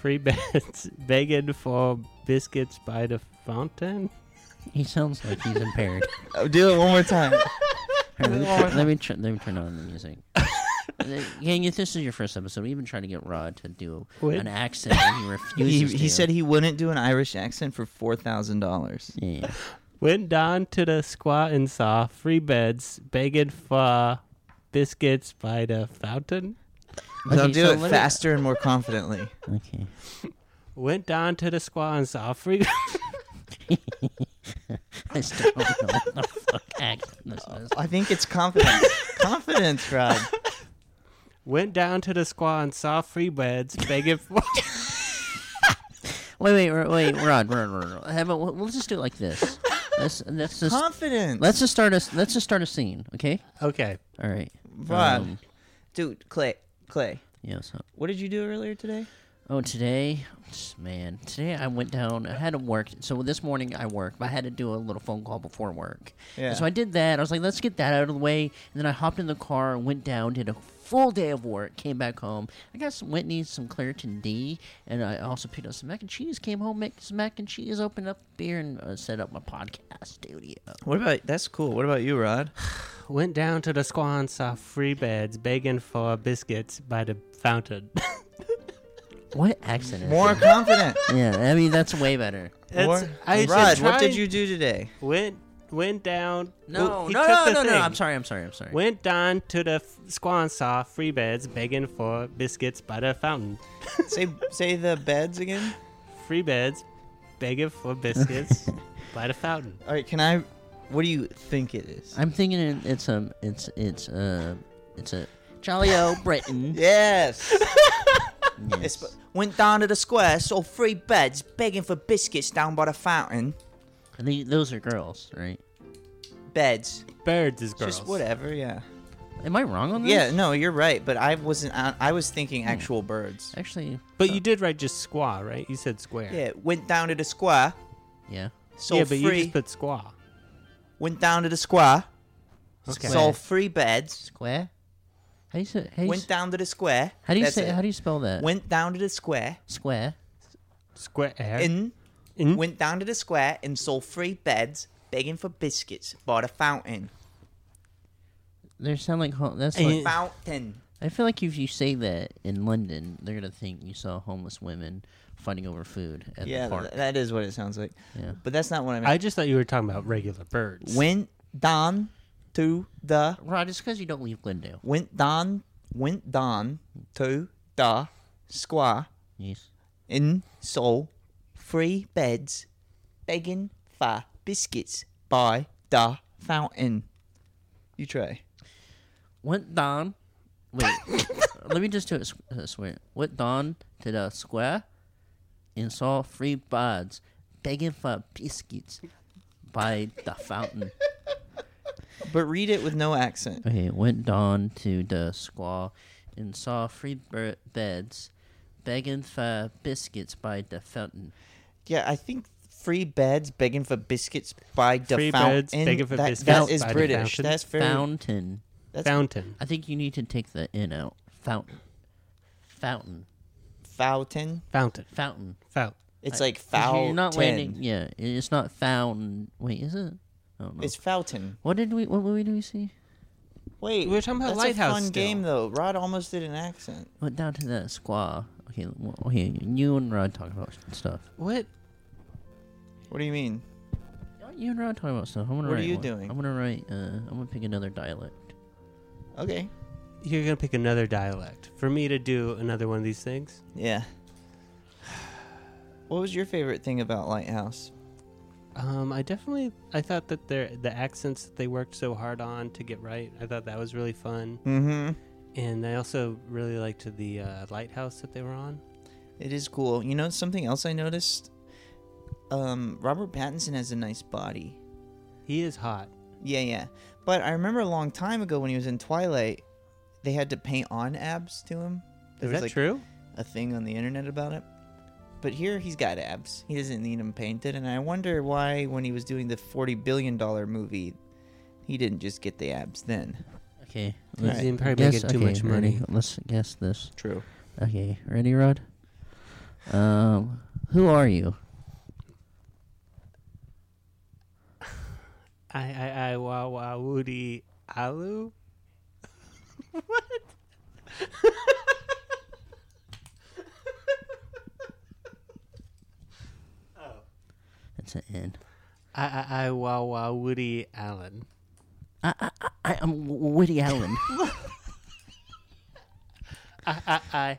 [SPEAKER 2] free beds begging for biscuits by the fountain.
[SPEAKER 4] He sounds like he's impaired.
[SPEAKER 3] Oh, do it one more time.
[SPEAKER 4] Here, let, me tr- let me tr- let me turn on the music. Uh, Gang, if this is your first episode, we even tried to get Rod to do
[SPEAKER 2] Wait.
[SPEAKER 4] an accent, and he
[SPEAKER 3] he
[SPEAKER 4] refuses.
[SPEAKER 3] he
[SPEAKER 4] to.
[SPEAKER 3] said he wouldn't do an Irish accent for four thousand dollars.
[SPEAKER 4] Yeah.
[SPEAKER 2] Went down to the squat and saw free beds begging for biscuits by the fountain.
[SPEAKER 3] They'll
[SPEAKER 4] Okay,
[SPEAKER 3] do
[SPEAKER 4] so
[SPEAKER 3] it
[SPEAKER 4] let me-
[SPEAKER 3] faster and more confidently.
[SPEAKER 4] Okay.
[SPEAKER 2] Went down to the squat and saw free.
[SPEAKER 4] I still don't know what the fuck accent this is.
[SPEAKER 3] I think it's confidence. confidence, Rod.
[SPEAKER 2] went down to the squat and saw free beds begging for.
[SPEAKER 4] Wait, wait, wait, wait, Rod, Rod, Rod, Rod. How about, we'll just do it like this. Let's, let's just
[SPEAKER 3] Confidence.
[SPEAKER 4] let's just start a let's just start a scene, okay?
[SPEAKER 2] okay,
[SPEAKER 4] All right,
[SPEAKER 3] Rod.
[SPEAKER 4] um,
[SPEAKER 3] Dude, Clay. Clay.
[SPEAKER 4] Yeah, what's up?
[SPEAKER 3] What did you do earlier today?
[SPEAKER 4] Oh, today, man, today I went down. I had to work. So this morning I worked, but I had to do a little phone call before work.
[SPEAKER 3] Yeah.
[SPEAKER 4] And so I did that. I was like, let's get that out of the way. And then I hopped in the car, went down, did a full day of work, came back home. I got some Whitney's, some Claritin D, and I also picked up some mac and cheese. Came home, made some mac and cheese, opened up beer, and uh, set up my podcast studio.
[SPEAKER 3] What about that's cool. What about you, Rod?
[SPEAKER 2] went down to the squat and saw free beds begging for biscuits by the fountain.
[SPEAKER 4] What accent is
[SPEAKER 3] More confident.
[SPEAKER 4] that? Yeah, I mean that's way better.
[SPEAKER 3] More,
[SPEAKER 2] It's- I said
[SPEAKER 3] Rod, what
[SPEAKER 2] trying-
[SPEAKER 3] did you do today?
[SPEAKER 2] went went down.
[SPEAKER 4] No,
[SPEAKER 2] he
[SPEAKER 4] no,
[SPEAKER 2] took
[SPEAKER 4] no,
[SPEAKER 2] the
[SPEAKER 4] no, no.
[SPEAKER 2] thing.
[SPEAKER 4] I'm sorry, I'm sorry, I'm sorry.
[SPEAKER 2] Went down to the f- squan saw free beds begging for biscuits by the fountain.
[SPEAKER 3] Say say the beds again.
[SPEAKER 2] Free beds begging for biscuits by the fountain.
[SPEAKER 3] All right, can I? What do you think it is?
[SPEAKER 4] I'm thinking it- it's um it's it's uh it's a Jolly O Britain.
[SPEAKER 3] Yes.
[SPEAKER 4] Yes.
[SPEAKER 3] It's- went down to the square, saw three beds begging for biscuits down by the fountain.
[SPEAKER 4] And they- those are girls, right?
[SPEAKER 3] Beds.
[SPEAKER 2] Birds is girls.
[SPEAKER 3] Just whatever, yeah.
[SPEAKER 4] Mm-hmm. Am I wrong on this?
[SPEAKER 3] Yeah, no, you're right, but I wasn't. I, I was thinking
[SPEAKER 2] Hmm.
[SPEAKER 3] actual birds.
[SPEAKER 4] Actually,
[SPEAKER 2] But you did write just squaw, right? You said square.
[SPEAKER 3] Yeah, went down to the square,
[SPEAKER 4] yeah.
[SPEAKER 3] saw
[SPEAKER 2] yeah, but
[SPEAKER 3] three.
[SPEAKER 2] you just put squaw.
[SPEAKER 3] went down to the square,
[SPEAKER 2] Okay.
[SPEAKER 3] saw three beds.
[SPEAKER 4] Square. How do you say? How do you,
[SPEAKER 3] Went
[SPEAKER 4] s-
[SPEAKER 3] down to the square.
[SPEAKER 4] how do you
[SPEAKER 3] That's
[SPEAKER 4] say?
[SPEAKER 3] it.
[SPEAKER 4] How do you spell that?
[SPEAKER 3] Went down to the square.
[SPEAKER 4] Square.
[SPEAKER 2] square.
[SPEAKER 3] In.
[SPEAKER 2] In?
[SPEAKER 3] Went down to the square and saw three beds begging for biscuits by the fountain.
[SPEAKER 4] They sound like ho- that's.
[SPEAKER 2] Eh.
[SPEAKER 4] Like,
[SPEAKER 3] Fountain.
[SPEAKER 4] I feel like if you say that in London, they're gonna think you saw homeless women fighting over food at
[SPEAKER 3] Yeah,
[SPEAKER 4] the park.
[SPEAKER 3] th- that is what it sounds like.
[SPEAKER 4] Yeah.
[SPEAKER 3] But that's not what I meant.
[SPEAKER 2] I just thought you were talking about regular birds.
[SPEAKER 3] went down to the
[SPEAKER 4] Rod, it's because you don't leave Glendale.
[SPEAKER 3] went down went down to the square
[SPEAKER 4] Yes.
[SPEAKER 3] in Seoul, three beds, begging for biscuits by the fountain. You try.
[SPEAKER 4] Went down. Wait. let me just do it. s- Uh, swear. Went down to the square and saw three birds begging for biscuits by the fountain.
[SPEAKER 3] But read it with no accent.
[SPEAKER 4] Okay. Went down to the square and saw three bir- beds begging for biscuits by the fountain.
[SPEAKER 3] Yeah, I think three beds begging for biscuits by the
[SPEAKER 2] Three
[SPEAKER 3] fountain.
[SPEAKER 2] beds begging for
[SPEAKER 3] that,
[SPEAKER 2] biscuits
[SPEAKER 3] that is
[SPEAKER 2] by the
[SPEAKER 3] British.
[SPEAKER 2] fountain.
[SPEAKER 3] That's very
[SPEAKER 4] Fountain.
[SPEAKER 2] Fountain.
[SPEAKER 4] I think you need to take the N out. Fountain. Fountain.
[SPEAKER 3] Fountain.
[SPEAKER 2] Fountain.
[SPEAKER 4] Fountain.
[SPEAKER 2] Fountain.
[SPEAKER 3] It's like
[SPEAKER 4] 'Cause
[SPEAKER 3] fountain.
[SPEAKER 4] You're not landing. Yeah, it- it's not fountain. Wait, is it? I don't know.
[SPEAKER 3] It's fountain.
[SPEAKER 4] what did we? What movie did we see?
[SPEAKER 3] Wait,
[SPEAKER 2] We were talking about
[SPEAKER 3] that's
[SPEAKER 2] Lighthouse
[SPEAKER 3] A fun
[SPEAKER 2] still.
[SPEAKER 3] game though. Rod almost did an accent.
[SPEAKER 4] Went down to that squaw. Okay, well, okay, you and Rod talk about stuff.
[SPEAKER 2] What?
[SPEAKER 3] What do you mean?
[SPEAKER 4] You and Rod talk about stuff. I'm gonna
[SPEAKER 3] What are
[SPEAKER 4] write
[SPEAKER 3] you
[SPEAKER 4] one.
[SPEAKER 3] doing?
[SPEAKER 4] I'm gonna write. Uh, I'm gonna pick another dialect.
[SPEAKER 3] Okay.
[SPEAKER 2] You're gonna pick another dialect for me to do another one of these things.
[SPEAKER 3] Yeah. What was your favorite thing about Lighthouse?
[SPEAKER 2] Um, I definitely I thought that their the accents that they worked so hard on to get right. I thought that was really fun,
[SPEAKER 3] Mm-hmm.
[SPEAKER 2] and I also really liked the uh, lighthouse that they were on.
[SPEAKER 3] It is cool. You know something else I noticed? Um, Robert Pattinson has a nice body.
[SPEAKER 2] He is hot.
[SPEAKER 3] Yeah, yeah. But I remember a long time ago when he was in Twilight, they had to paint on abs to him.
[SPEAKER 2] Is
[SPEAKER 3] There was,
[SPEAKER 2] that
[SPEAKER 3] like,
[SPEAKER 2] true?
[SPEAKER 3] A thing on the internet about it. But here he's got abs. He doesn't need them painted, and I wonder why when he was doing the forty billion dollar movie, he didn't just get the abs then.
[SPEAKER 4] Okay.
[SPEAKER 3] Alright.
[SPEAKER 2] He's probably making too much money.
[SPEAKER 4] ready. Let's guess this.
[SPEAKER 3] True.
[SPEAKER 4] Okay, ready, Rod? Um, who are you?
[SPEAKER 2] I I I wa wa woody alu. what?
[SPEAKER 4] That's an N.
[SPEAKER 2] I I I wa wa woody allen.
[SPEAKER 4] I, I, I- I, I'm W- Woody Allen.
[SPEAKER 2] I I I. Uh-uh.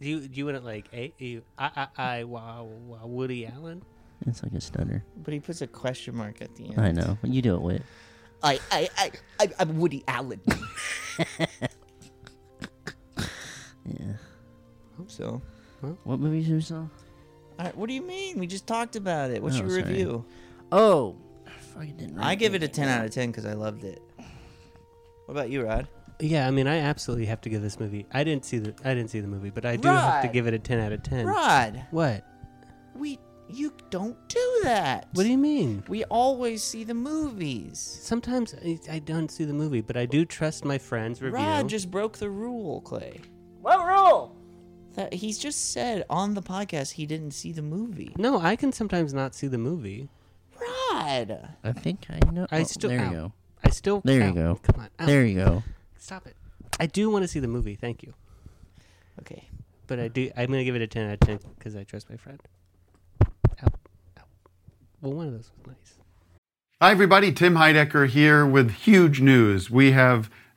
[SPEAKER 2] You you wouldn't like a you I I I wa wa woody allen.
[SPEAKER 4] it's like a stunner.
[SPEAKER 3] But he puts a question mark at the end.
[SPEAKER 4] I know. You do it, Wit.
[SPEAKER 3] I, I, I, I I'm Woody Allen.
[SPEAKER 4] Yeah.
[SPEAKER 3] so,
[SPEAKER 4] What movies you saw?
[SPEAKER 3] all right, what do you mean? We just talked about it. What's
[SPEAKER 4] Oh,
[SPEAKER 3] your
[SPEAKER 4] sorry.
[SPEAKER 3] review?
[SPEAKER 4] Oh, I fucking didn't.
[SPEAKER 3] I
[SPEAKER 4] write
[SPEAKER 3] give it a ten out of ten because I loved it. What about you, Rod?
[SPEAKER 2] Yeah, I mean, I absolutely have to give this movie. I didn't see the I didn't see the movie, but I do have to
[SPEAKER 3] Rod!
[SPEAKER 2] give it a ten out of ten.
[SPEAKER 3] Rod,
[SPEAKER 2] What?
[SPEAKER 3] we you don't do that.
[SPEAKER 2] What do you mean?
[SPEAKER 3] we always see the movies.
[SPEAKER 2] Sometimes I, I don't see the movie, but I do trust my friend's review.
[SPEAKER 3] Rod just broke the rule, Clay.
[SPEAKER 5] What rule?
[SPEAKER 3] That he's just said on the podcast he didn't see the movie.
[SPEAKER 2] no, I can sometimes not see the movie.
[SPEAKER 3] Rod,
[SPEAKER 4] I think I know.
[SPEAKER 2] I
[SPEAKER 4] oh,
[SPEAKER 2] still
[SPEAKER 4] there
[SPEAKER 2] out.
[SPEAKER 4] you go.
[SPEAKER 2] I still
[SPEAKER 4] There you
[SPEAKER 2] out.
[SPEAKER 4] go.
[SPEAKER 2] Come on, out.
[SPEAKER 4] There you go.
[SPEAKER 2] stop it. I do want to see the movie. Thank you,
[SPEAKER 3] okay,
[SPEAKER 2] but I do. I'm gonna give it a ten out of ten because I trust my friend. Out, out. Well, one of those was nice.
[SPEAKER 7] Hi, everybody. Tim Heidecker here with huge news. We have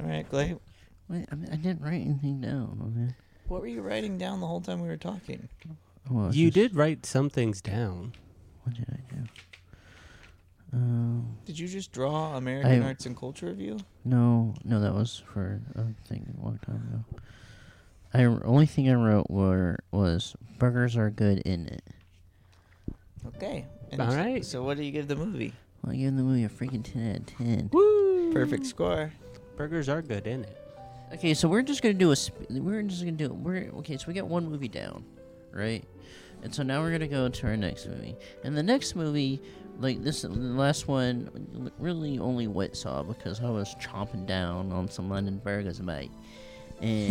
[SPEAKER 3] all right, Clay.
[SPEAKER 4] Wait, I, mean, I didn't write anything down.
[SPEAKER 3] What were you writing down the whole time we were talking?
[SPEAKER 4] Okay. Oh, Well, it's
[SPEAKER 2] You
[SPEAKER 4] just-
[SPEAKER 2] did write some things down.
[SPEAKER 4] What did I do? Um,
[SPEAKER 3] Did you just draw American
[SPEAKER 4] I-
[SPEAKER 3] Arts and Culture Review?
[SPEAKER 4] no, no, that was for a thing a long time ago. I only thing I wrote were was burgers are good in it.
[SPEAKER 3] Okay.
[SPEAKER 2] All right.
[SPEAKER 3] So, what do you give the movie?
[SPEAKER 4] Well, I gave the movie a freaking ten out of ten.
[SPEAKER 3] Perfect score.
[SPEAKER 2] Burgers are good, in it?
[SPEAKER 4] Okay, so we're just gonna do a. Sp- we're just gonna do. We're okay. So we got one movie down, right? And so now we're gonna go to our next movie. And the next movie, like this, the last one, really only Wit saw because I was chomping down on some London burgers, mate.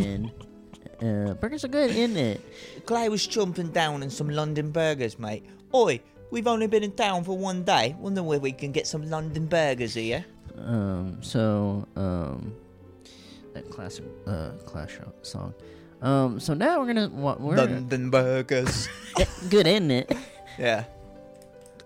[SPEAKER 4] And uh, burgers are good, isn't it?
[SPEAKER 3] Clay was jumping down on some London burgers, mate. Oi, we've only been in town for one day. Wonder where we can get some London burgers here.
[SPEAKER 4] Um, so um, that classic uh Clash song. Um, so now we're gonna. wa- We're eh,
[SPEAKER 3] London burgers.
[SPEAKER 4] good, isn't it?
[SPEAKER 3] yeah.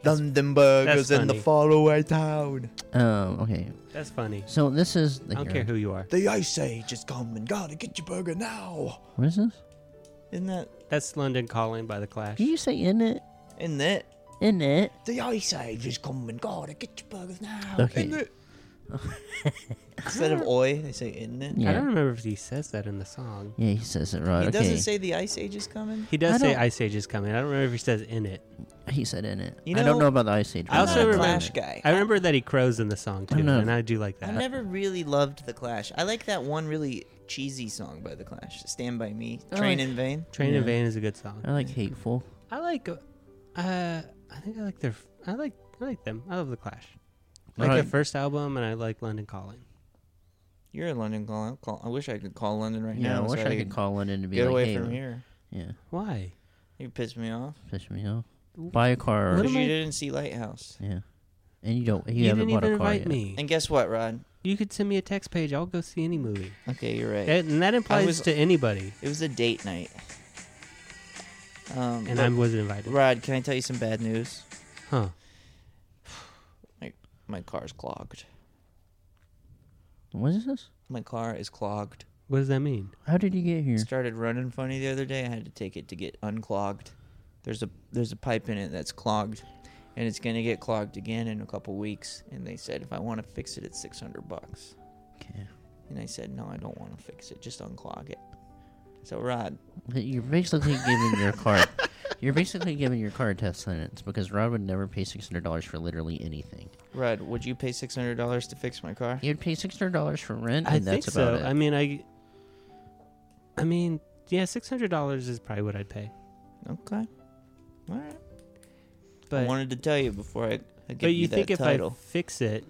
[SPEAKER 3] London
[SPEAKER 2] That's
[SPEAKER 3] burgers in the
[SPEAKER 2] funny.
[SPEAKER 3] faraway town.
[SPEAKER 4] Um, okay.
[SPEAKER 2] That's funny.
[SPEAKER 4] So this is the
[SPEAKER 2] I don't
[SPEAKER 4] hero.
[SPEAKER 2] care who you are.
[SPEAKER 8] The Ice Age is coming. Gotta get your burger now.
[SPEAKER 4] What is this?
[SPEAKER 3] Isn't that?
[SPEAKER 2] That's London Calling by the Clash.
[SPEAKER 4] Did you say in it?
[SPEAKER 3] Isn't that?
[SPEAKER 4] In it?
[SPEAKER 8] The Ice Age is coming. Gotta get your burgers now.
[SPEAKER 4] Okay.
[SPEAKER 3] Instead of oi, they say isn't it.
[SPEAKER 2] I
[SPEAKER 4] Yeah.
[SPEAKER 2] don't remember if he says that in the song.
[SPEAKER 4] Yeah, he says it right.
[SPEAKER 3] He
[SPEAKER 4] okay.
[SPEAKER 3] doesn't say the ice age is coming.
[SPEAKER 2] He does
[SPEAKER 4] I
[SPEAKER 2] say
[SPEAKER 4] don't-
[SPEAKER 2] Ice Age is coming. I don't remember if he says in it.
[SPEAKER 4] He said in it.
[SPEAKER 3] You
[SPEAKER 4] I don't
[SPEAKER 3] know,
[SPEAKER 4] know about the Ice Age.
[SPEAKER 2] I
[SPEAKER 4] but
[SPEAKER 3] I'm
[SPEAKER 2] also
[SPEAKER 3] not a
[SPEAKER 2] remember
[SPEAKER 3] Clash
[SPEAKER 2] that.
[SPEAKER 3] guy.
[SPEAKER 2] I remember that he crows in the song too,
[SPEAKER 4] I'm not-
[SPEAKER 2] and I do like that.
[SPEAKER 3] I've never really loved the Clash. I like that one really cheesy song by the Clash, "Stand by Me."
[SPEAKER 4] I
[SPEAKER 3] Train
[SPEAKER 4] like-
[SPEAKER 3] in vain.
[SPEAKER 2] Train
[SPEAKER 4] Oh, Yeah. Oh.
[SPEAKER 2] in Vain is a good song.
[SPEAKER 4] I like Hateful.
[SPEAKER 2] I like, uh, I think I like their, I like, I like them. I love the Clash. I like
[SPEAKER 4] Alright.
[SPEAKER 2] their first album, and I like London Calling.
[SPEAKER 3] You're in London calling. Call, I wish I could call London right
[SPEAKER 4] Yeah,
[SPEAKER 3] now.
[SPEAKER 4] I wish
[SPEAKER 3] so
[SPEAKER 4] I could call in and be
[SPEAKER 3] Get
[SPEAKER 4] like,
[SPEAKER 3] away
[SPEAKER 4] hey,
[SPEAKER 3] from here.
[SPEAKER 4] yeah,
[SPEAKER 2] Why?
[SPEAKER 3] You pissed me off
[SPEAKER 4] piss me off. Buy a car.
[SPEAKER 2] What
[SPEAKER 4] Or,
[SPEAKER 3] because
[SPEAKER 2] am
[SPEAKER 3] you
[SPEAKER 2] I-
[SPEAKER 3] didn't see Lighthouse.
[SPEAKER 4] yeah, and you don't. You,
[SPEAKER 2] You,
[SPEAKER 4] haven't
[SPEAKER 2] didn't
[SPEAKER 4] bought
[SPEAKER 2] even
[SPEAKER 4] a car
[SPEAKER 2] invite
[SPEAKER 4] yet.
[SPEAKER 2] me.
[SPEAKER 3] And guess what, Rod?
[SPEAKER 2] You could send me a text page. I'll go see any movie.
[SPEAKER 3] Okay, you're right.
[SPEAKER 2] That- and that implies
[SPEAKER 3] was-
[SPEAKER 2] to anybody.
[SPEAKER 3] It was a date night. Um,
[SPEAKER 2] And
[SPEAKER 3] but-
[SPEAKER 2] I wasn't invited.
[SPEAKER 3] Rod, can I tell you some bad news?
[SPEAKER 2] Huh?
[SPEAKER 3] My, my car's clogged.
[SPEAKER 4] What is this?
[SPEAKER 3] My car is clogged.
[SPEAKER 2] What does that mean?
[SPEAKER 4] How did you get here?
[SPEAKER 2] Hmm.
[SPEAKER 3] It started running funny the other day. I had to take it to get unclogged. There's a there's a pipe in it that's clogged, and it's gonna get clogged again in a couple weeks. And they said if I want to fix it, it's 600 bucks.
[SPEAKER 4] Okay.
[SPEAKER 3] And I said no, I don't want to fix it. Just unclog it. So Rod,
[SPEAKER 4] You're basically giving your car. You're basically giving your car a test sentence because Rob would never pay six hundred dollars for literally anything.
[SPEAKER 3] Rod, would you pay 600 dollars to fix my car?
[SPEAKER 4] He would pay six hundred dollars for rent, and
[SPEAKER 2] I
[SPEAKER 4] that's
[SPEAKER 2] think so.
[SPEAKER 4] about it.
[SPEAKER 2] I mean, I. I mean, yeah, six hundred dollars is probably what I'd pay.
[SPEAKER 3] Okay. All right. I
[SPEAKER 2] But
[SPEAKER 3] wanted to tell you before I, I give
[SPEAKER 2] but you,
[SPEAKER 3] you,
[SPEAKER 2] think
[SPEAKER 3] that
[SPEAKER 2] if
[SPEAKER 3] title.
[SPEAKER 2] I fix it,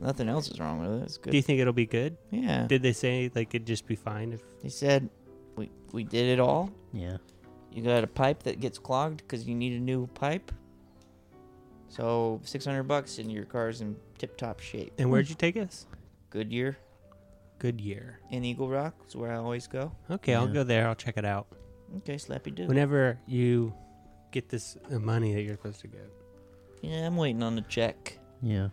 [SPEAKER 3] Nothing else is wrong with it. It's good.
[SPEAKER 2] do you think it'll be good?
[SPEAKER 3] yeah.
[SPEAKER 2] Did they say like it'd just be fine if
[SPEAKER 3] They said we we did it all.
[SPEAKER 4] yeah.
[SPEAKER 3] You got a pipe that gets clogged because you need a new pipe. So six hundred bucks and your car's in tip top shape.
[SPEAKER 2] And where'd you take us?
[SPEAKER 3] Goodyear
[SPEAKER 2] Goodyear.
[SPEAKER 3] and Eagle Rock is where I always go.
[SPEAKER 2] Okay, I'll
[SPEAKER 4] Yeah.
[SPEAKER 2] go there. I'll check it out.
[SPEAKER 3] Okay, slappy do.
[SPEAKER 2] Whenever you get this uh, money that you're supposed to get,
[SPEAKER 3] Yeah, I'm waiting on the check.
[SPEAKER 4] Yeah.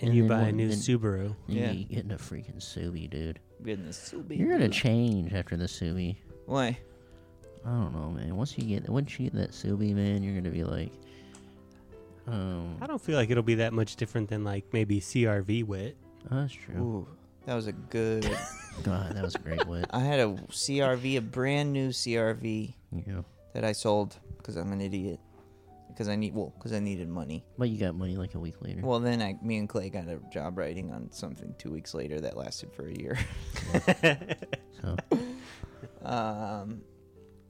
[SPEAKER 2] and,
[SPEAKER 4] And
[SPEAKER 2] you
[SPEAKER 4] then
[SPEAKER 2] buy a
[SPEAKER 4] one-
[SPEAKER 2] new
[SPEAKER 4] then-
[SPEAKER 2] Subaru,
[SPEAKER 3] Yeah.
[SPEAKER 4] You getting a freaking Subi, dude.
[SPEAKER 3] Goodness, Subi.
[SPEAKER 4] You're gonna change after the Subi.
[SPEAKER 3] Why?
[SPEAKER 4] I don't know, man. Once you get once you get that Subi, man, you're gonna be like, um,
[SPEAKER 2] I don't feel like it'll be that much different than like maybe CRV wit.
[SPEAKER 4] oh, that's true.
[SPEAKER 3] Ooh, that was a good.
[SPEAKER 4] God, that was a great wit.
[SPEAKER 3] I had a CRV, a brand new CRV
[SPEAKER 4] Yeah,
[SPEAKER 3] that I sold because I'm an idiot. Because I need well, because I needed money.
[SPEAKER 4] but you got money like a week later.
[SPEAKER 3] Well, then I, me and Clay got a job writing on something two weeks later that lasted for a year.
[SPEAKER 4] So
[SPEAKER 3] Um,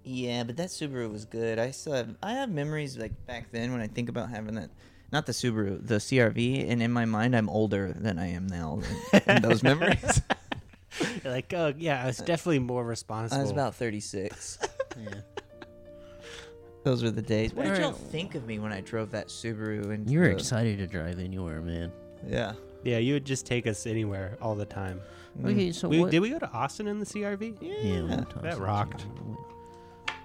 [SPEAKER 3] yeah, but that Subaru was good. I still have I have memories like back then when I think about having that. Not the Subaru, the CRV, and in my mind, I'm older than I am now. in- in those memories.
[SPEAKER 2] like, oh yeah, I was definitely more
[SPEAKER 3] I
[SPEAKER 2] responsible.
[SPEAKER 3] was about 36.
[SPEAKER 4] yeah.
[SPEAKER 3] Those were the days. What did
[SPEAKER 4] Alright.
[SPEAKER 3] y'all think of me when I drove that Subaru? And
[SPEAKER 4] you were excited to drive anywhere, man.
[SPEAKER 3] Yeah.
[SPEAKER 2] yeah, you would just take us anywhere all the time.
[SPEAKER 3] Mm-hmm.
[SPEAKER 4] Okay, so
[SPEAKER 2] Mm. We,
[SPEAKER 4] what?
[SPEAKER 2] did we go to Austin in the CRV?
[SPEAKER 4] yeah, we went to
[SPEAKER 2] That
[SPEAKER 4] Austin,
[SPEAKER 2] rocked.
[SPEAKER 4] too.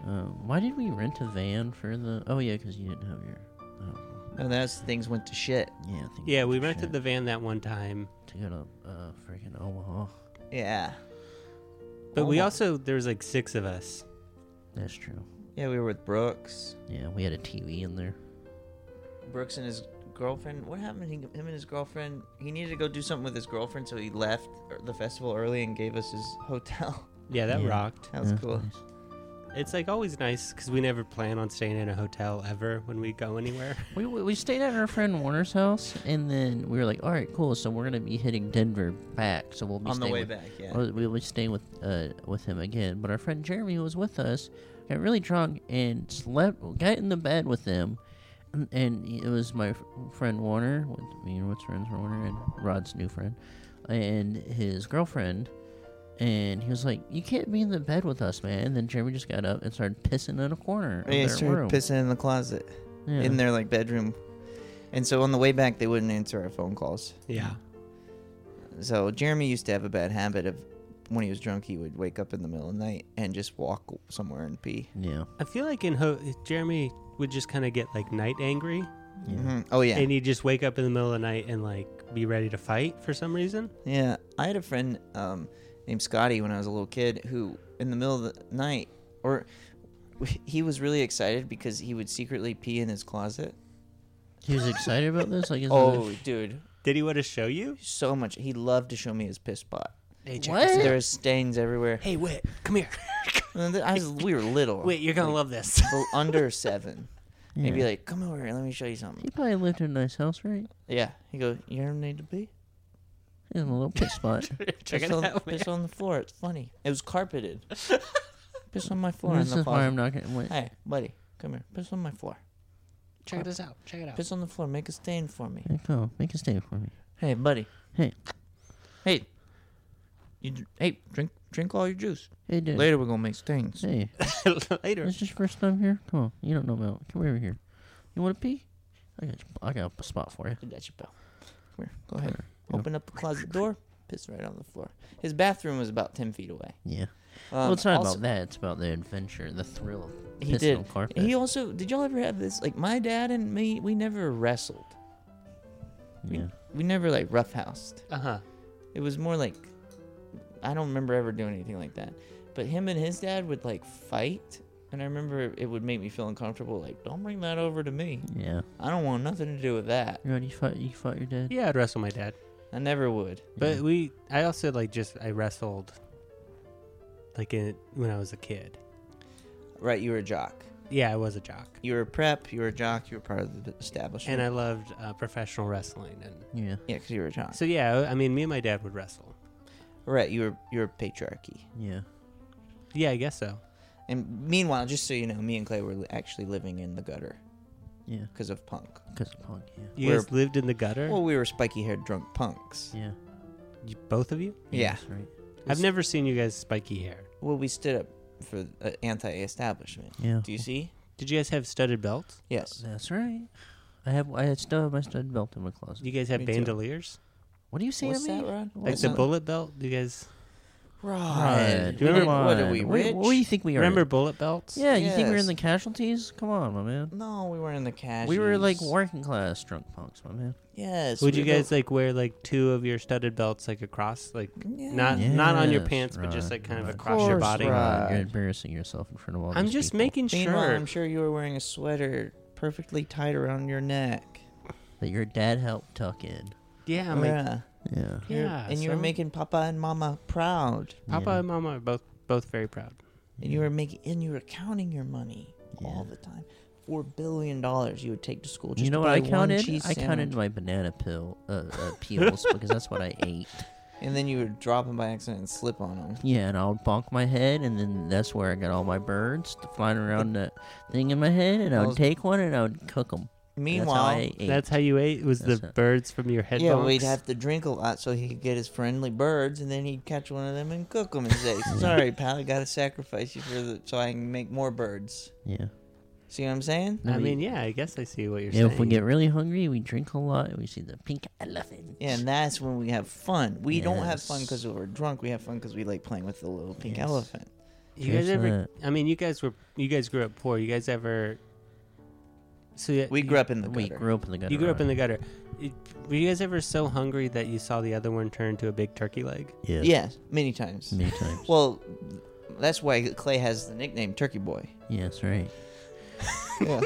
[SPEAKER 4] Um, why did we rent a van for the? Oh yeah, because you didn't have your. I don't know.
[SPEAKER 3] And that's Oh, things went to shit.
[SPEAKER 4] Yeah, I think
[SPEAKER 2] Yeah,
[SPEAKER 4] that's
[SPEAKER 2] we
[SPEAKER 4] for
[SPEAKER 2] rented
[SPEAKER 4] sure.
[SPEAKER 2] the van that one time,
[SPEAKER 4] to go to uh, freaking Omaha.
[SPEAKER 3] Yeah.
[SPEAKER 2] but we
[SPEAKER 3] Oh.
[SPEAKER 2] also there was like six of us.
[SPEAKER 4] That's true.
[SPEAKER 3] Yeah, we were with Brooks.
[SPEAKER 4] Yeah, we had a TV in there.
[SPEAKER 3] Brooks and his girlfriend. What happened? He, him and his girlfriend. He needed to go do something with his girlfriend, so he left er- the festival early and gave us his hotel.
[SPEAKER 2] Yeah, that
[SPEAKER 4] Yeah.
[SPEAKER 2] rocked.
[SPEAKER 3] That was
[SPEAKER 4] Yeah,
[SPEAKER 3] cool.
[SPEAKER 4] nice.
[SPEAKER 2] It's like always nice because we never plan on staying in a hotel ever when we go anywhere.
[SPEAKER 4] We, we, we stayed at our friend Warner's house, and then we were like, all right, cool. So we're gonna be hitting Denver back. So we'll be
[SPEAKER 3] On the
[SPEAKER 4] staying
[SPEAKER 3] way
[SPEAKER 4] with-
[SPEAKER 3] back, yeah.
[SPEAKER 4] We'll, we'll be staying with uh, with him again. But our friend Jeremy who was with us got really drunk and slept, got in the bed with them, and, and it was my f- friend Warner, with me and what's friends were Warner and Rod's new friend, and his girlfriend. And he was like, "You can't be in the bed with us, man." And then Jeremy just got up and started pissing in a corner of
[SPEAKER 3] Yeah, he
[SPEAKER 4] their
[SPEAKER 3] started
[SPEAKER 4] room.
[SPEAKER 3] pissing in the closet
[SPEAKER 4] Yeah.
[SPEAKER 3] in their like bedroom, and so on the way back they wouldn't answer our phone calls.
[SPEAKER 2] Yeah.
[SPEAKER 3] So Jeremy used to have a bad habit of when he was drunk he would wake up in the middle of the night and just walk somewhere and pee.
[SPEAKER 4] Yeah.
[SPEAKER 2] I feel like in ho- Jeremy would just kind of get like night angry,
[SPEAKER 3] Mhm. Oh yeah.
[SPEAKER 2] and you just wake up in the middle of the night and like be ready to fight for some reason.
[SPEAKER 3] Yeah, I had a friend um, named Scotty when I was a little kid who, in the middle of the night, or he was really excited because he would secretly pee in his closet.
[SPEAKER 4] He was excited about this. Like, his
[SPEAKER 3] Oh, dude,
[SPEAKER 2] Did he want to show you?
[SPEAKER 3] so much. He loved to show me his piss pot.
[SPEAKER 4] what?
[SPEAKER 3] There was stains everywhere.
[SPEAKER 8] Hey, Wit, come here.
[SPEAKER 3] And th- I was, we were little,
[SPEAKER 8] Wait, you're gonna love this.
[SPEAKER 3] well, under seven. And He'd be like, "Come over, let me show you something."
[SPEAKER 4] He probably lived in a nice house, right?
[SPEAKER 3] Yeah, he go, "You ever need to pee?
[SPEAKER 4] In a little piss spot.
[SPEAKER 3] Piss, on, piss on the floor. It's funny. It was carpeted. piss on my floor in
[SPEAKER 4] this
[SPEAKER 3] the
[SPEAKER 4] is why
[SPEAKER 3] closet.
[SPEAKER 4] I'm not getting wet.
[SPEAKER 3] Hey, buddy, come here. Piss on my floor.
[SPEAKER 8] Check this out. Check it out.
[SPEAKER 3] Piss on the floor. Make a stain for me.
[SPEAKER 4] Hey, Go make a stand for me.
[SPEAKER 3] Hey, buddy.
[SPEAKER 4] Hey,
[SPEAKER 3] Hey. You, dr- hey, drink drink all your juice.
[SPEAKER 4] hey, dude.
[SPEAKER 3] Later we're gonna make stains.
[SPEAKER 4] Hey,
[SPEAKER 2] Later.
[SPEAKER 4] this is your first time here. Come on, you don't know about. Come over here. You want to pee? I got, you, I got a spot for you.
[SPEAKER 3] Look at you, pal. Come here. Go ahead. Open up the closet door. Piss right on the floor. His bathroom was about ten feet away.
[SPEAKER 4] Yeah.
[SPEAKER 3] Um,
[SPEAKER 4] well, it's not
[SPEAKER 3] also-
[SPEAKER 4] about that. It's about the adventure, the thrill of
[SPEAKER 3] He
[SPEAKER 4] pissing
[SPEAKER 3] did.
[SPEAKER 4] on carpet.
[SPEAKER 3] He also did. Y'all ever have this? Like my dad and me, we never wrestled.
[SPEAKER 4] yeah.
[SPEAKER 3] We never like roughhoused.
[SPEAKER 2] Uh huh.
[SPEAKER 3] It was more like I don't remember ever doing anything like that. But him and his dad would like fight, and I remember it would make me feel uncomfortable. Like, don't bring that over to me.
[SPEAKER 4] Yeah.
[SPEAKER 3] I don't want nothing to do with that.
[SPEAKER 4] You already fought. You fought your dad.
[SPEAKER 2] Yeah, I'd wrestle my dad,
[SPEAKER 3] I never would.
[SPEAKER 2] but we. I also like just I wrestled, like in when I was a kid.
[SPEAKER 3] Right, you were a jock.
[SPEAKER 2] Yeah, I was a jock,
[SPEAKER 3] You were a prep. You were a jock. You were part of the
[SPEAKER 2] and
[SPEAKER 3] establishment.
[SPEAKER 2] I loved uh, professional wrestling, and
[SPEAKER 4] Yeah.
[SPEAKER 3] yeah, because you were a jock.
[SPEAKER 2] so yeah, I mean, me and my dad would wrestle.
[SPEAKER 3] right, you were you were patriarchy.
[SPEAKER 4] Yeah.
[SPEAKER 2] Yeah, I guess so.
[SPEAKER 3] And meanwhile, just so you know, me and Clay were li- actually living in the gutter
[SPEAKER 4] Yeah.
[SPEAKER 3] because of punk.
[SPEAKER 4] Because of punk. Yeah.
[SPEAKER 2] You
[SPEAKER 3] We're-
[SPEAKER 2] guys lived in the gutter,
[SPEAKER 3] Well, we were spiky-haired drunk punks.
[SPEAKER 4] Yeah.
[SPEAKER 2] You- both of you.
[SPEAKER 3] Yeah.
[SPEAKER 4] That's right.
[SPEAKER 2] I've never seen you guys spiky hair.
[SPEAKER 3] Well, we stood up for uh, anti-establishment.
[SPEAKER 4] Yeah.
[SPEAKER 3] Do you see?
[SPEAKER 2] Did you guys have studded belts?
[SPEAKER 3] Yes.
[SPEAKER 4] That's right. I have. I still have my stud belt in my closet.
[SPEAKER 2] You guys have
[SPEAKER 3] Me too.
[SPEAKER 2] bandoliers,
[SPEAKER 4] What do you say
[SPEAKER 3] What's
[SPEAKER 4] to me?
[SPEAKER 3] that, Rod?
[SPEAKER 2] like
[SPEAKER 3] What's
[SPEAKER 2] the
[SPEAKER 3] that?
[SPEAKER 2] bullet belt. Do you guys Uh,
[SPEAKER 3] Rod.
[SPEAKER 4] Come
[SPEAKER 3] Remember, what are
[SPEAKER 4] on.
[SPEAKER 3] we,
[SPEAKER 4] What-
[SPEAKER 3] rich?
[SPEAKER 4] What do you think we are?
[SPEAKER 2] remember bullet belts?
[SPEAKER 4] Yeah, you think we're
[SPEAKER 3] Yes.
[SPEAKER 4] in the casualties? Come on, my man.
[SPEAKER 3] No, we weren't in the cash.
[SPEAKER 4] We were like working class drunk punks, my man.
[SPEAKER 3] Yes.
[SPEAKER 2] Would
[SPEAKER 3] we
[SPEAKER 2] you guys
[SPEAKER 3] were-
[SPEAKER 2] like wear like two of your studded belts like across, like not Uh, not on your
[SPEAKER 4] Yes,
[SPEAKER 2] pants, but just
[SPEAKER 4] right,
[SPEAKER 2] like kind of
[SPEAKER 4] right.
[SPEAKER 2] across your
[SPEAKER 3] Course,
[SPEAKER 2] body?
[SPEAKER 3] right.
[SPEAKER 4] Rod,
[SPEAKER 3] Rod.
[SPEAKER 4] You're embarrassing yourself in front of all.
[SPEAKER 2] I'm
[SPEAKER 4] these
[SPEAKER 2] just
[SPEAKER 4] people
[SPEAKER 2] making
[SPEAKER 3] Meanwhile,
[SPEAKER 2] sure.
[SPEAKER 3] I'm sure you were wearing a sweater perfectly tied around your neck.
[SPEAKER 4] that your dad helped tuck in.
[SPEAKER 2] Yeah, I'm like,
[SPEAKER 3] Yeah.
[SPEAKER 4] Yeah.
[SPEAKER 3] uh, You're-
[SPEAKER 2] yeah.
[SPEAKER 3] and you were
[SPEAKER 2] so
[SPEAKER 3] making Papa and Mama proud.
[SPEAKER 2] Papa and Mama are both both very proud.
[SPEAKER 3] And you were making and you were counting your money all the time. Four billion dollars you would take to school. Just
[SPEAKER 4] you know
[SPEAKER 3] to
[SPEAKER 4] what
[SPEAKER 3] buy
[SPEAKER 4] I
[SPEAKER 3] one
[SPEAKER 4] counted?
[SPEAKER 3] cheese
[SPEAKER 4] I counted
[SPEAKER 3] sandwich.
[SPEAKER 4] my banana peel uh, uh, peels because that's what I ate.
[SPEAKER 3] And then you would drop them by accident and slip on them.
[SPEAKER 4] Yeah, and I would bonk my head, and then that's where I got all my birds to flying around the thing in my head, and I would
[SPEAKER 3] Those-
[SPEAKER 4] take one and I would cook them. that's how
[SPEAKER 3] Meanwhile,
[SPEAKER 4] I ate.
[SPEAKER 2] That's how you ate. Was
[SPEAKER 4] That's
[SPEAKER 2] the
[SPEAKER 4] it.
[SPEAKER 2] birds from your head?
[SPEAKER 3] yeah,
[SPEAKER 2] bonks?
[SPEAKER 3] we'd have to drink a lot so he could get his friendly birds, and then he'd catch one of them and cook them and say, "Sorry, pal, I gotta sacrifice you for the so I can make more birds."
[SPEAKER 4] yeah.
[SPEAKER 3] See what I'm saying?
[SPEAKER 2] I mean, yeah, I guess I see what you're
[SPEAKER 4] Yeah,
[SPEAKER 2] saying.
[SPEAKER 4] if we get really hungry, we drink a lot. and We see the pink elephant.
[SPEAKER 3] Yeah, and that's when we have fun. We don't have fun
[SPEAKER 4] Yes.
[SPEAKER 3] because we're drunk. We have fun because we like playing with the little pink
[SPEAKER 4] Yes.
[SPEAKER 3] elephant.
[SPEAKER 2] you guys
[SPEAKER 4] Here's
[SPEAKER 2] ever? I mean, you guys were you guys grew up poor. You guys ever? So yeah,
[SPEAKER 3] We
[SPEAKER 2] you-
[SPEAKER 3] grew up in the
[SPEAKER 4] we
[SPEAKER 3] gutter.
[SPEAKER 4] grew up in the gutter.
[SPEAKER 2] You grew up in
[SPEAKER 4] right?
[SPEAKER 2] the gutter. It- Were you guys ever so hungry that you saw the other one turn to a big turkey leg?
[SPEAKER 4] yeah,
[SPEAKER 3] Yes, many times.
[SPEAKER 4] many times.
[SPEAKER 3] Well, that's why Clay has the nickname Turkey Boy.
[SPEAKER 4] yes, right.
[SPEAKER 3] Yeah.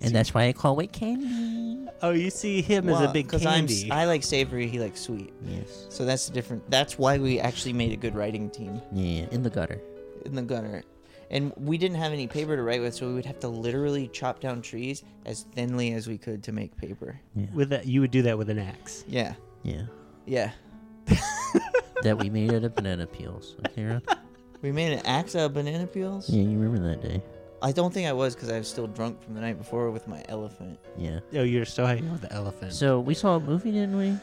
[SPEAKER 4] And that's why I call it candy.
[SPEAKER 2] Oh, you see him as a big
[SPEAKER 3] I'm,
[SPEAKER 2] candy.
[SPEAKER 3] s- I like savory, he likes sweet.
[SPEAKER 4] Yes.
[SPEAKER 3] So that's the different. That's why we actually made a good writing team
[SPEAKER 4] Yeah, in the gutter.
[SPEAKER 3] in the gutter. And we didn't have any paper to write with, so we would have to literally chop down trees as thinly as we could to make paper.
[SPEAKER 2] with that, you would do that with an axe.
[SPEAKER 3] Yeah.
[SPEAKER 4] Yeah.
[SPEAKER 3] Yeah.
[SPEAKER 4] That we made out of banana peels. Okay, Rob?
[SPEAKER 3] We made an axe out of banana peels.
[SPEAKER 4] Yeah, you remember that day.
[SPEAKER 3] I don't think I was because I was still drunk from the night before with my elephant.
[SPEAKER 4] Yeah.
[SPEAKER 2] Oh, you're still hanging with the elephant.
[SPEAKER 4] So we saw a movie, didn't we?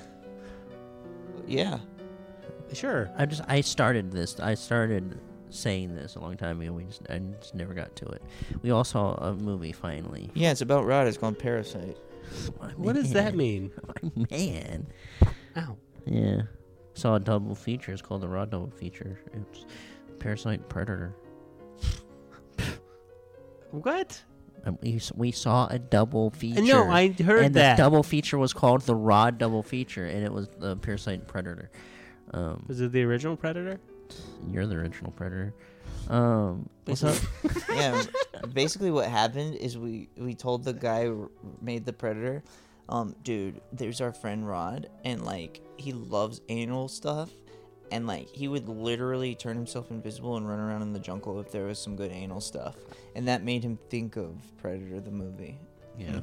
[SPEAKER 3] Yeah.
[SPEAKER 2] sure.
[SPEAKER 4] I just I started this. I started saying this a long time ago. We just I just never got to it. We all saw a movie finally.
[SPEAKER 3] Yeah, it's about Rod. It's called Parasite.
[SPEAKER 4] My
[SPEAKER 2] What does that
[SPEAKER 4] man.
[SPEAKER 2] mean?
[SPEAKER 4] My man.
[SPEAKER 2] Ow.
[SPEAKER 4] Yeah. Saw a double feature. It's called the Raw Double Feature. It's Parasite and Predator.
[SPEAKER 2] What?
[SPEAKER 4] And we, s- we saw a double feature.
[SPEAKER 2] I heard
[SPEAKER 4] and
[SPEAKER 2] that.
[SPEAKER 4] this double feature was called the Rod Double Feature, and it was the Parasite and Predator. Um,
[SPEAKER 2] Was it the original Predator?
[SPEAKER 4] you're the original Predator. Um, what's up?
[SPEAKER 3] Basically- yeah. Basically, what happened is we we told the guy who made the predator, um, dude, there's our friend Rod, and like he loves anal stuff, and like he would literally turn himself invisible and run around in the jungle if there was some good anal stuff, and that made him think of Predator the movie.
[SPEAKER 4] yeah.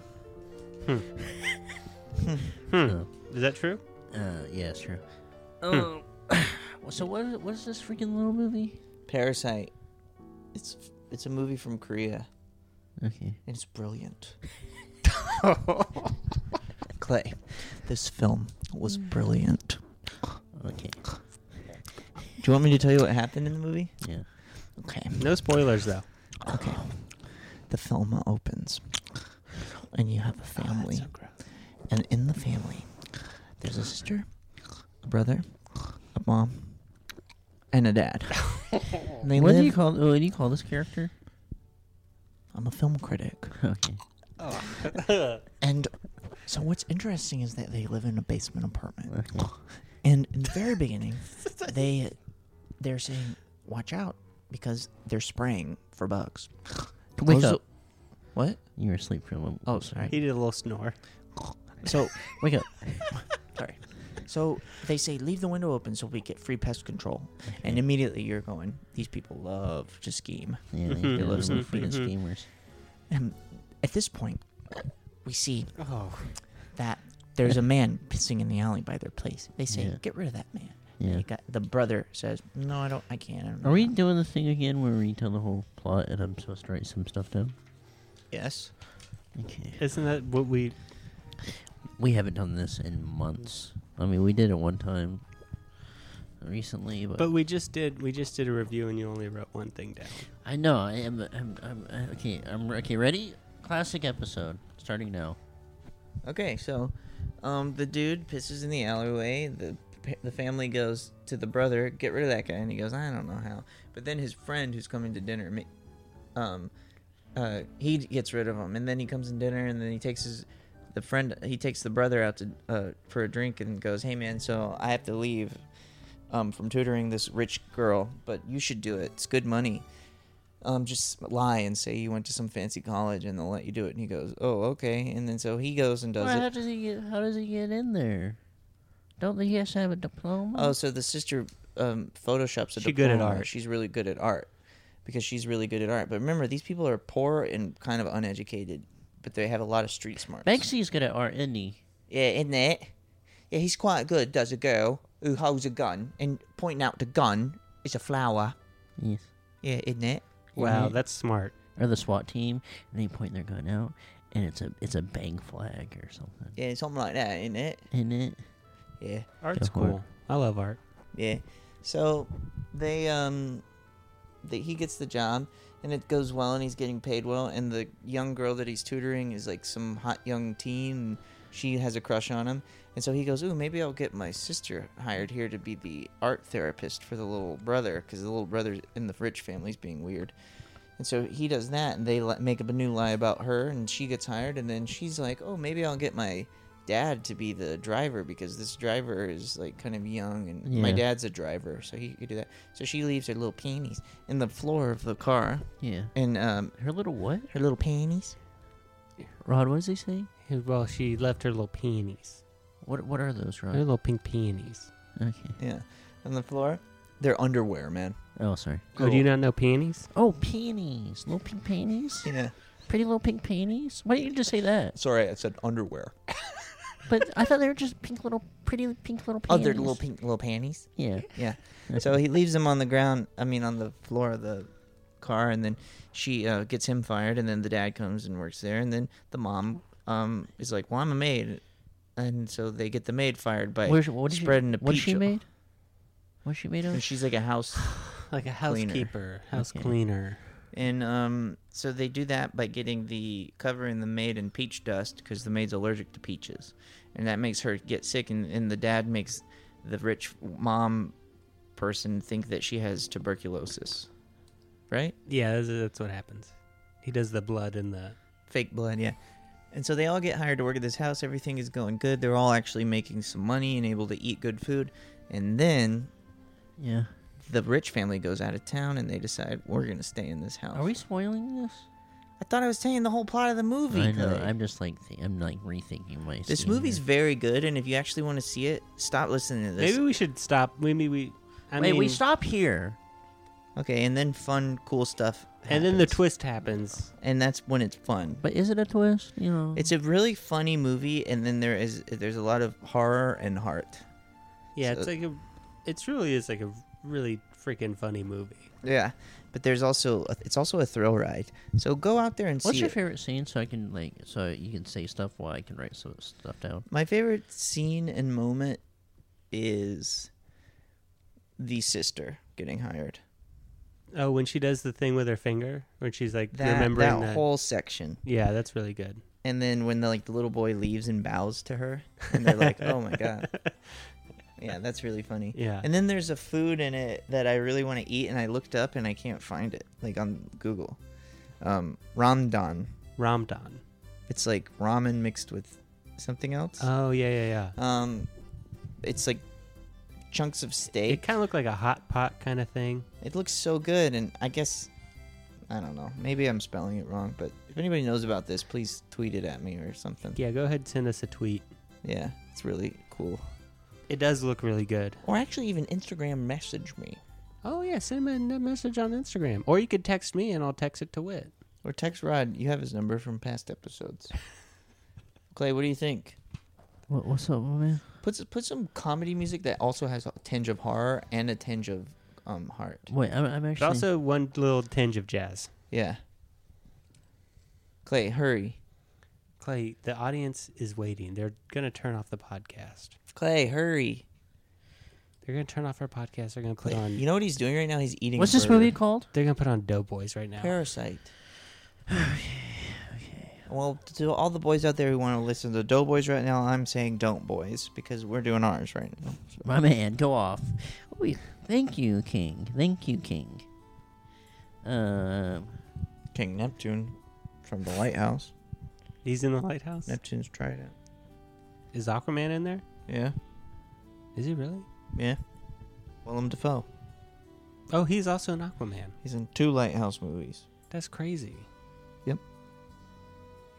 [SPEAKER 2] Is that true?
[SPEAKER 4] Uh, yeah, it's true.
[SPEAKER 2] Hmm.
[SPEAKER 4] Um, so what? is- What is this freaking little movie?
[SPEAKER 3] Parasite. It's it's a movie from Korea,
[SPEAKER 4] Okay.
[SPEAKER 3] and it's brilliant. Clay, this film was brilliant.
[SPEAKER 4] Okay.
[SPEAKER 3] Do you want me to tell you what happened in the movie?
[SPEAKER 4] Yeah.
[SPEAKER 3] Okay.
[SPEAKER 2] No spoilers though.
[SPEAKER 3] Okay. The film opens, and you have a family. and in the family, there's a sister, a brother, a mom, and a dad. and they
[SPEAKER 4] What do
[SPEAKER 3] live.
[SPEAKER 4] you call? What do you call this character?
[SPEAKER 3] I'm a film critic.
[SPEAKER 4] Okay.
[SPEAKER 3] And so what's interesting is that they live in a basement apartment. And in the very beginning, they they're saying, "Watch out," because they're spraying for bugs.
[SPEAKER 4] Wake
[SPEAKER 3] Close the-
[SPEAKER 4] up.
[SPEAKER 3] What?
[SPEAKER 4] You were asleep for a moment.
[SPEAKER 3] Oh, sorry.
[SPEAKER 2] He did a little snore.
[SPEAKER 3] So wake up. Sorry. So they say leave the window open so we get free pest control, and immediately you're going. These people love to scheme.
[SPEAKER 4] Yeah, they
[SPEAKER 2] Mhm,
[SPEAKER 4] they love
[SPEAKER 2] mhm,
[SPEAKER 4] freaking
[SPEAKER 2] mhm.
[SPEAKER 4] schemers.
[SPEAKER 3] And at this point, we see
[SPEAKER 2] Oh.
[SPEAKER 3] that there's a man pissing in the alley by their place. They say
[SPEAKER 4] Yeah.
[SPEAKER 3] get rid of that man.
[SPEAKER 4] Yeah.
[SPEAKER 3] You got- the brother says no, I don't. I can't. I don't know
[SPEAKER 4] Are we
[SPEAKER 3] how."
[SPEAKER 4] doing the thing again where we tell the whole plot and I'm supposed to write some stuff down?
[SPEAKER 3] Yes.
[SPEAKER 4] Okay.
[SPEAKER 2] Isn't that what we
[SPEAKER 4] We haven't done this in months. I mean, we did it one time recently, but,
[SPEAKER 2] but we just did we just did a review and you only wrote one thing down.
[SPEAKER 4] I know I am. I'm, I'm, i okay. I'm okay. Ready? Classic episode starting now.
[SPEAKER 3] Okay, so um, the dude pisses in the alleyway. The pa- the family goes to the brother, get rid of that guy, and he goes, I don't know how. But then his friend, who's coming to dinner, ma- um, uh, he gets rid of him, and then he comes in dinner, and then he takes his the friend, he takes the brother out to uh, for a drink, and goes, Hey man, so I have to leave um, from tutoring this rich girl, but you should do it. It's good money. Um, just lie and say you went to some fancy college, and they'll let you do it. And he goes, "Oh, okay." And then so he goes and does
[SPEAKER 4] Well,
[SPEAKER 3] it.
[SPEAKER 4] how does he get? How does he get in there? Don't they have to have a diploma?
[SPEAKER 3] Oh, so the sister um, photoshops a
[SPEAKER 2] Mm-hmm. She good at
[SPEAKER 3] diploma.
[SPEAKER 2] art.
[SPEAKER 3] She's really good at art because she's really good at art. But remember, these people are poor and kind of uneducated, but they have a lot of street smarts.
[SPEAKER 4] Banksy's good at art, isn't he?
[SPEAKER 3] Yeah, isn't it? Yeah, he's quite good. Does a girl who holds a gun and pointing out the gun is a flower.
[SPEAKER 4] Yes.
[SPEAKER 3] Yeah, isn't it?
[SPEAKER 2] Wow,
[SPEAKER 4] Mhm.
[SPEAKER 2] that's smart.
[SPEAKER 4] Or the SWAT team, and they point their gun out, and it's a it's a bang flag or something.
[SPEAKER 3] Yeah, something like that, isn't it?
[SPEAKER 4] Isn't it?
[SPEAKER 3] Yeah,
[SPEAKER 2] Art's
[SPEAKER 4] Go for it.
[SPEAKER 2] cool. I love art.
[SPEAKER 3] yeah. So they um, they, he gets the job. And it goes well, and he's getting paid well. And the young girl that he's tutoring is like some hot young teen. And she has a crush on him. And so he goes, Ooh, maybe I'll get my sister hired here to be the art therapist for the little brother, because the little brother in the rich family's being weird. And so he does that, and they li- make up a new lie about her, and she gets hired. And then she's like, Oh, maybe I'll get my dad to be the driver, because this driver is like kind of young, and my
[SPEAKER 4] Yeah.
[SPEAKER 3] dad's a driver, so he could do that. So she leaves her little panties in the floor of the car,
[SPEAKER 4] Yeah.
[SPEAKER 3] and um,
[SPEAKER 4] Her little what?
[SPEAKER 3] her little panties.
[SPEAKER 4] Rod, what is he saying?
[SPEAKER 2] Well, she left her little peonies.
[SPEAKER 4] What what are those,
[SPEAKER 2] Her
[SPEAKER 4] Rod?
[SPEAKER 2] little pink peonies.
[SPEAKER 4] Okay.
[SPEAKER 3] Yeah, on the floor. They're underwear, man.
[SPEAKER 4] Oh, sorry.
[SPEAKER 2] Oh, do you not know peonies?
[SPEAKER 4] Oh, panties. Little pink panties.
[SPEAKER 3] Yeah.
[SPEAKER 4] Pretty little pink panties. Why didn't you just say that?
[SPEAKER 3] Sorry, I said underwear.
[SPEAKER 4] But I thought they were just pink little, pretty pink little panties.
[SPEAKER 3] Other Oh, little pink little panties.
[SPEAKER 4] Yeah.
[SPEAKER 3] Yeah. so he leaves him on the ground. I mean, on the floor of the car, and then she uh, gets him fired, and then the dad comes and works there, and then the mom um, is like, "Well, I'm a maid," and so they get the maid fired by
[SPEAKER 4] Where's, what did
[SPEAKER 3] spreading
[SPEAKER 4] she,
[SPEAKER 3] the
[SPEAKER 4] What she
[SPEAKER 3] peach-
[SPEAKER 4] made? What she made
[SPEAKER 3] And
[SPEAKER 4] of?
[SPEAKER 3] she's like a house
[SPEAKER 2] Like a
[SPEAKER 3] Cleaner.
[SPEAKER 2] housekeeper, house
[SPEAKER 4] Okay.
[SPEAKER 2] cleaner.
[SPEAKER 3] And um, so they do that by getting the covering the maid in peach dust because the maid's allergic to peaches, and that makes her get sick. And, and the dad makes the rich mom person think that she has tuberculosis, right?
[SPEAKER 2] Yeah, that's, that's what happens. He does the blood and the
[SPEAKER 3] fake blood, yeah. And so they all get hired to work at this house. Everything is going good. They're all actually making some money and able to eat good food. And then
[SPEAKER 4] Yeah.
[SPEAKER 3] the rich family goes out of town and they decide we're going to stay in this house.
[SPEAKER 4] Are we spoiling this?
[SPEAKER 3] I thought I was saying the whole plot of the movie.
[SPEAKER 4] I know.
[SPEAKER 3] Clay.
[SPEAKER 4] I'm just like th- I'm like rethinking my.
[SPEAKER 3] This
[SPEAKER 4] scene
[SPEAKER 3] movie's
[SPEAKER 4] here.
[SPEAKER 3] very good, and if you actually want to see it, stop listening to this.
[SPEAKER 2] Maybe we should stop. Maybe we. I
[SPEAKER 4] Wait,
[SPEAKER 2] mean,
[SPEAKER 4] we stop here.
[SPEAKER 3] Okay, and then fun, cool stuff.
[SPEAKER 2] And then the
[SPEAKER 3] happens.
[SPEAKER 2] twist happens.
[SPEAKER 3] and that's when it's fun.
[SPEAKER 4] But is it a twist? You know.
[SPEAKER 3] It's a really funny movie, and then there is there's a lot of horror and heart.
[SPEAKER 2] Yeah,
[SPEAKER 3] So-
[SPEAKER 2] it's like a. It's really is like a really freaking funny movie.
[SPEAKER 3] Yeah, but there's also it's also a thrill ride. So go out there and
[SPEAKER 4] What's
[SPEAKER 3] see.
[SPEAKER 4] your
[SPEAKER 3] it.
[SPEAKER 4] favorite scene? So I can like, so you can say stuff while I can write so stuff down.
[SPEAKER 3] My favorite scene and moment is the sister getting hired.
[SPEAKER 2] Oh, when she does the thing with her finger, when she's like
[SPEAKER 3] That
[SPEAKER 2] remembering
[SPEAKER 3] that
[SPEAKER 2] that.
[SPEAKER 3] whole section,
[SPEAKER 2] yeah, that's really good.
[SPEAKER 3] and then when the like the little boy leaves and bows to her, and they're like, "Oh my god." Yeah, that's really funny.
[SPEAKER 2] Yeah.
[SPEAKER 3] And then there's a food in it that I really want to eat, and I looked up and I can't find it, like on Google. Um, Ramdan.
[SPEAKER 2] Ramdan.
[SPEAKER 3] It's like ramen mixed with something else.
[SPEAKER 2] Oh yeah, yeah, yeah.
[SPEAKER 3] um, it's like chunks of steak.
[SPEAKER 2] It kind of looked like a hot pot kind of thing.
[SPEAKER 3] It looks so good, and I guess I don't know. Maybe I'm spelling it wrong, but if anybody knows about this, please tweet it at me or something.
[SPEAKER 2] Yeah, go ahead and send us a tweet.
[SPEAKER 3] Yeah, it's really cool.
[SPEAKER 2] It does look really good.
[SPEAKER 3] Or actually, even Instagram message me
[SPEAKER 2] Oh yeah, send me a message on Instagram, or you could text me and I'll text it to Wit.
[SPEAKER 3] or text Rod. You have his number from past episodes. Clay, what do you think?
[SPEAKER 4] What, what's up, my man?
[SPEAKER 3] Put s- put some comedy music that also has a tinge of horror and a tinge of um heart.
[SPEAKER 4] Wait, I'm, I'm
[SPEAKER 2] But
[SPEAKER 4] actually.
[SPEAKER 2] also one little tinge of jazz.
[SPEAKER 3] Yeah. Clay, hurry.
[SPEAKER 2] Clay, the audience is waiting. They're gonna turn off the podcast.
[SPEAKER 3] Clay, hurry.
[SPEAKER 2] They're gonna turn off our podcast. They're gonna put
[SPEAKER 3] Clay,
[SPEAKER 2] on.
[SPEAKER 3] you know what he's doing right now? He's eating.
[SPEAKER 4] what's
[SPEAKER 3] a
[SPEAKER 4] this movie
[SPEAKER 3] burger.
[SPEAKER 4] called?
[SPEAKER 2] they're gonna put on Doughboys right now.
[SPEAKER 3] Parasite. Well, to all the boys out there who want to listen to Doughboys right now, I'm saying don't, boys, because we're doing ours right now. So-
[SPEAKER 4] My man, go off. We, thank you, King. Thank you, King. Um,
[SPEAKER 3] King Neptune from the Lighthouse.
[SPEAKER 2] He's in the lighthouse.
[SPEAKER 3] Neptune's Trident.
[SPEAKER 2] Is Aquaman in there?
[SPEAKER 3] Yeah,
[SPEAKER 2] Is he really?
[SPEAKER 3] yeah. Willem Dafoe.
[SPEAKER 2] Oh, he's also an Aquaman.
[SPEAKER 3] He's in two Lighthouse movies.
[SPEAKER 2] That's crazy.
[SPEAKER 3] Yep.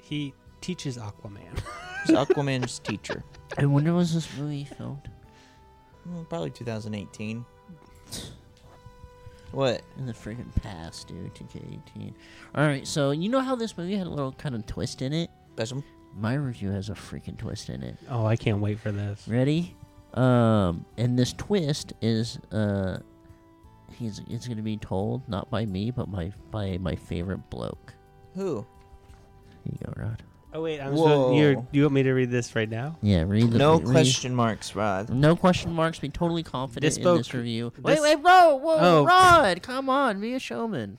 [SPEAKER 2] He teaches Aquaman.
[SPEAKER 3] He's Aquaman's teacher.
[SPEAKER 4] I wonder was this movie filmed
[SPEAKER 3] Hmm, Probably 2018. What?
[SPEAKER 4] in the freaking past, dude? 2018. All right, so you know how this movie had a little kind of twist in it.
[SPEAKER 3] Besham?
[SPEAKER 4] My review has a freaking twist in it.
[SPEAKER 2] oh, I can't wait for this.
[SPEAKER 4] Ready? Um, and this twist is uh, he's it's gonna be told not by me, but my by my favorite bloke.
[SPEAKER 3] Who?
[SPEAKER 4] Here you go, Rod.
[SPEAKER 2] Oh wait, I'm
[SPEAKER 3] Whoa.
[SPEAKER 2] so, you're, you want me to read this right now?
[SPEAKER 4] Yeah, read the
[SPEAKER 3] No
[SPEAKER 4] read-
[SPEAKER 3] question marks, Rod.
[SPEAKER 4] No question marks. Be totally confident
[SPEAKER 2] This
[SPEAKER 4] in this
[SPEAKER 2] spoke-
[SPEAKER 4] review.
[SPEAKER 2] this-
[SPEAKER 4] Wait, wait, whoa, whoa,
[SPEAKER 2] Oh.
[SPEAKER 4] Rod, come on, be a showman.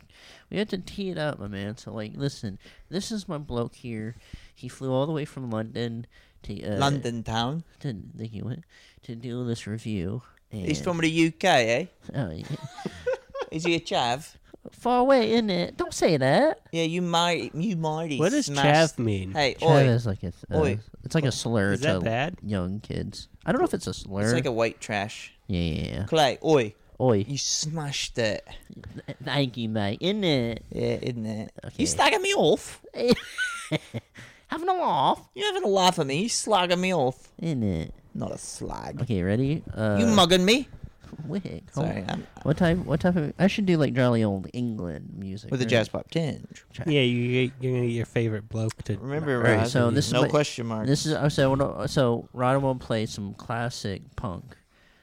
[SPEAKER 4] We had to tee it up, my man. So, like, listen, this is my bloke here. He flew all the way from London to uh,
[SPEAKER 3] London town.
[SPEAKER 4] to, think he went to do this review. And,
[SPEAKER 3] He's from the UK, eh?
[SPEAKER 4] oh, yeah.
[SPEAKER 3] Is he a chav?
[SPEAKER 4] far away, isn't it? Don't say that.
[SPEAKER 3] Yeah, you might. You mighty.
[SPEAKER 2] What does
[SPEAKER 3] smashed-
[SPEAKER 2] chav mean?
[SPEAKER 3] Hey,
[SPEAKER 4] Chav
[SPEAKER 3] oi.
[SPEAKER 4] is like a, uh,
[SPEAKER 3] Oi.
[SPEAKER 4] it's like a slur
[SPEAKER 2] Is that
[SPEAKER 4] to
[SPEAKER 2] bad?
[SPEAKER 4] young kids. I don't know if it's a slur.
[SPEAKER 3] It's like a white trash.
[SPEAKER 4] yeah, yeah, yeah.
[SPEAKER 3] Clay, oi.
[SPEAKER 4] Oi,
[SPEAKER 3] You smashed it.
[SPEAKER 4] thank you, mate. Isn't it?
[SPEAKER 3] Yeah, isn't it?
[SPEAKER 4] Okay.
[SPEAKER 3] You slagging me off?
[SPEAKER 4] Having a laugh,
[SPEAKER 3] You having a laugh at me? You slagging me off?
[SPEAKER 4] isn't it?
[SPEAKER 3] Not a slag.
[SPEAKER 4] Okay, ready? Uh,
[SPEAKER 3] You mugging me?
[SPEAKER 4] Wick. hold
[SPEAKER 3] Sorry,
[SPEAKER 4] on.
[SPEAKER 3] I'm,
[SPEAKER 4] What type? What type of? I should do like Jolly Old England music
[SPEAKER 3] with a
[SPEAKER 4] right?
[SPEAKER 3] jazz pop tinge.
[SPEAKER 2] Yeah, you you're gonna get your favorite bloke to
[SPEAKER 3] Remember,
[SPEAKER 4] All right,
[SPEAKER 3] Rod,
[SPEAKER 4] so this is
[SPEAKER 3] no
[SPEAKER 4] my-
[SPEAKER 3] question mark.
[SPEAKER 4] This is oh, so. no- So Rodham will play some classic punk.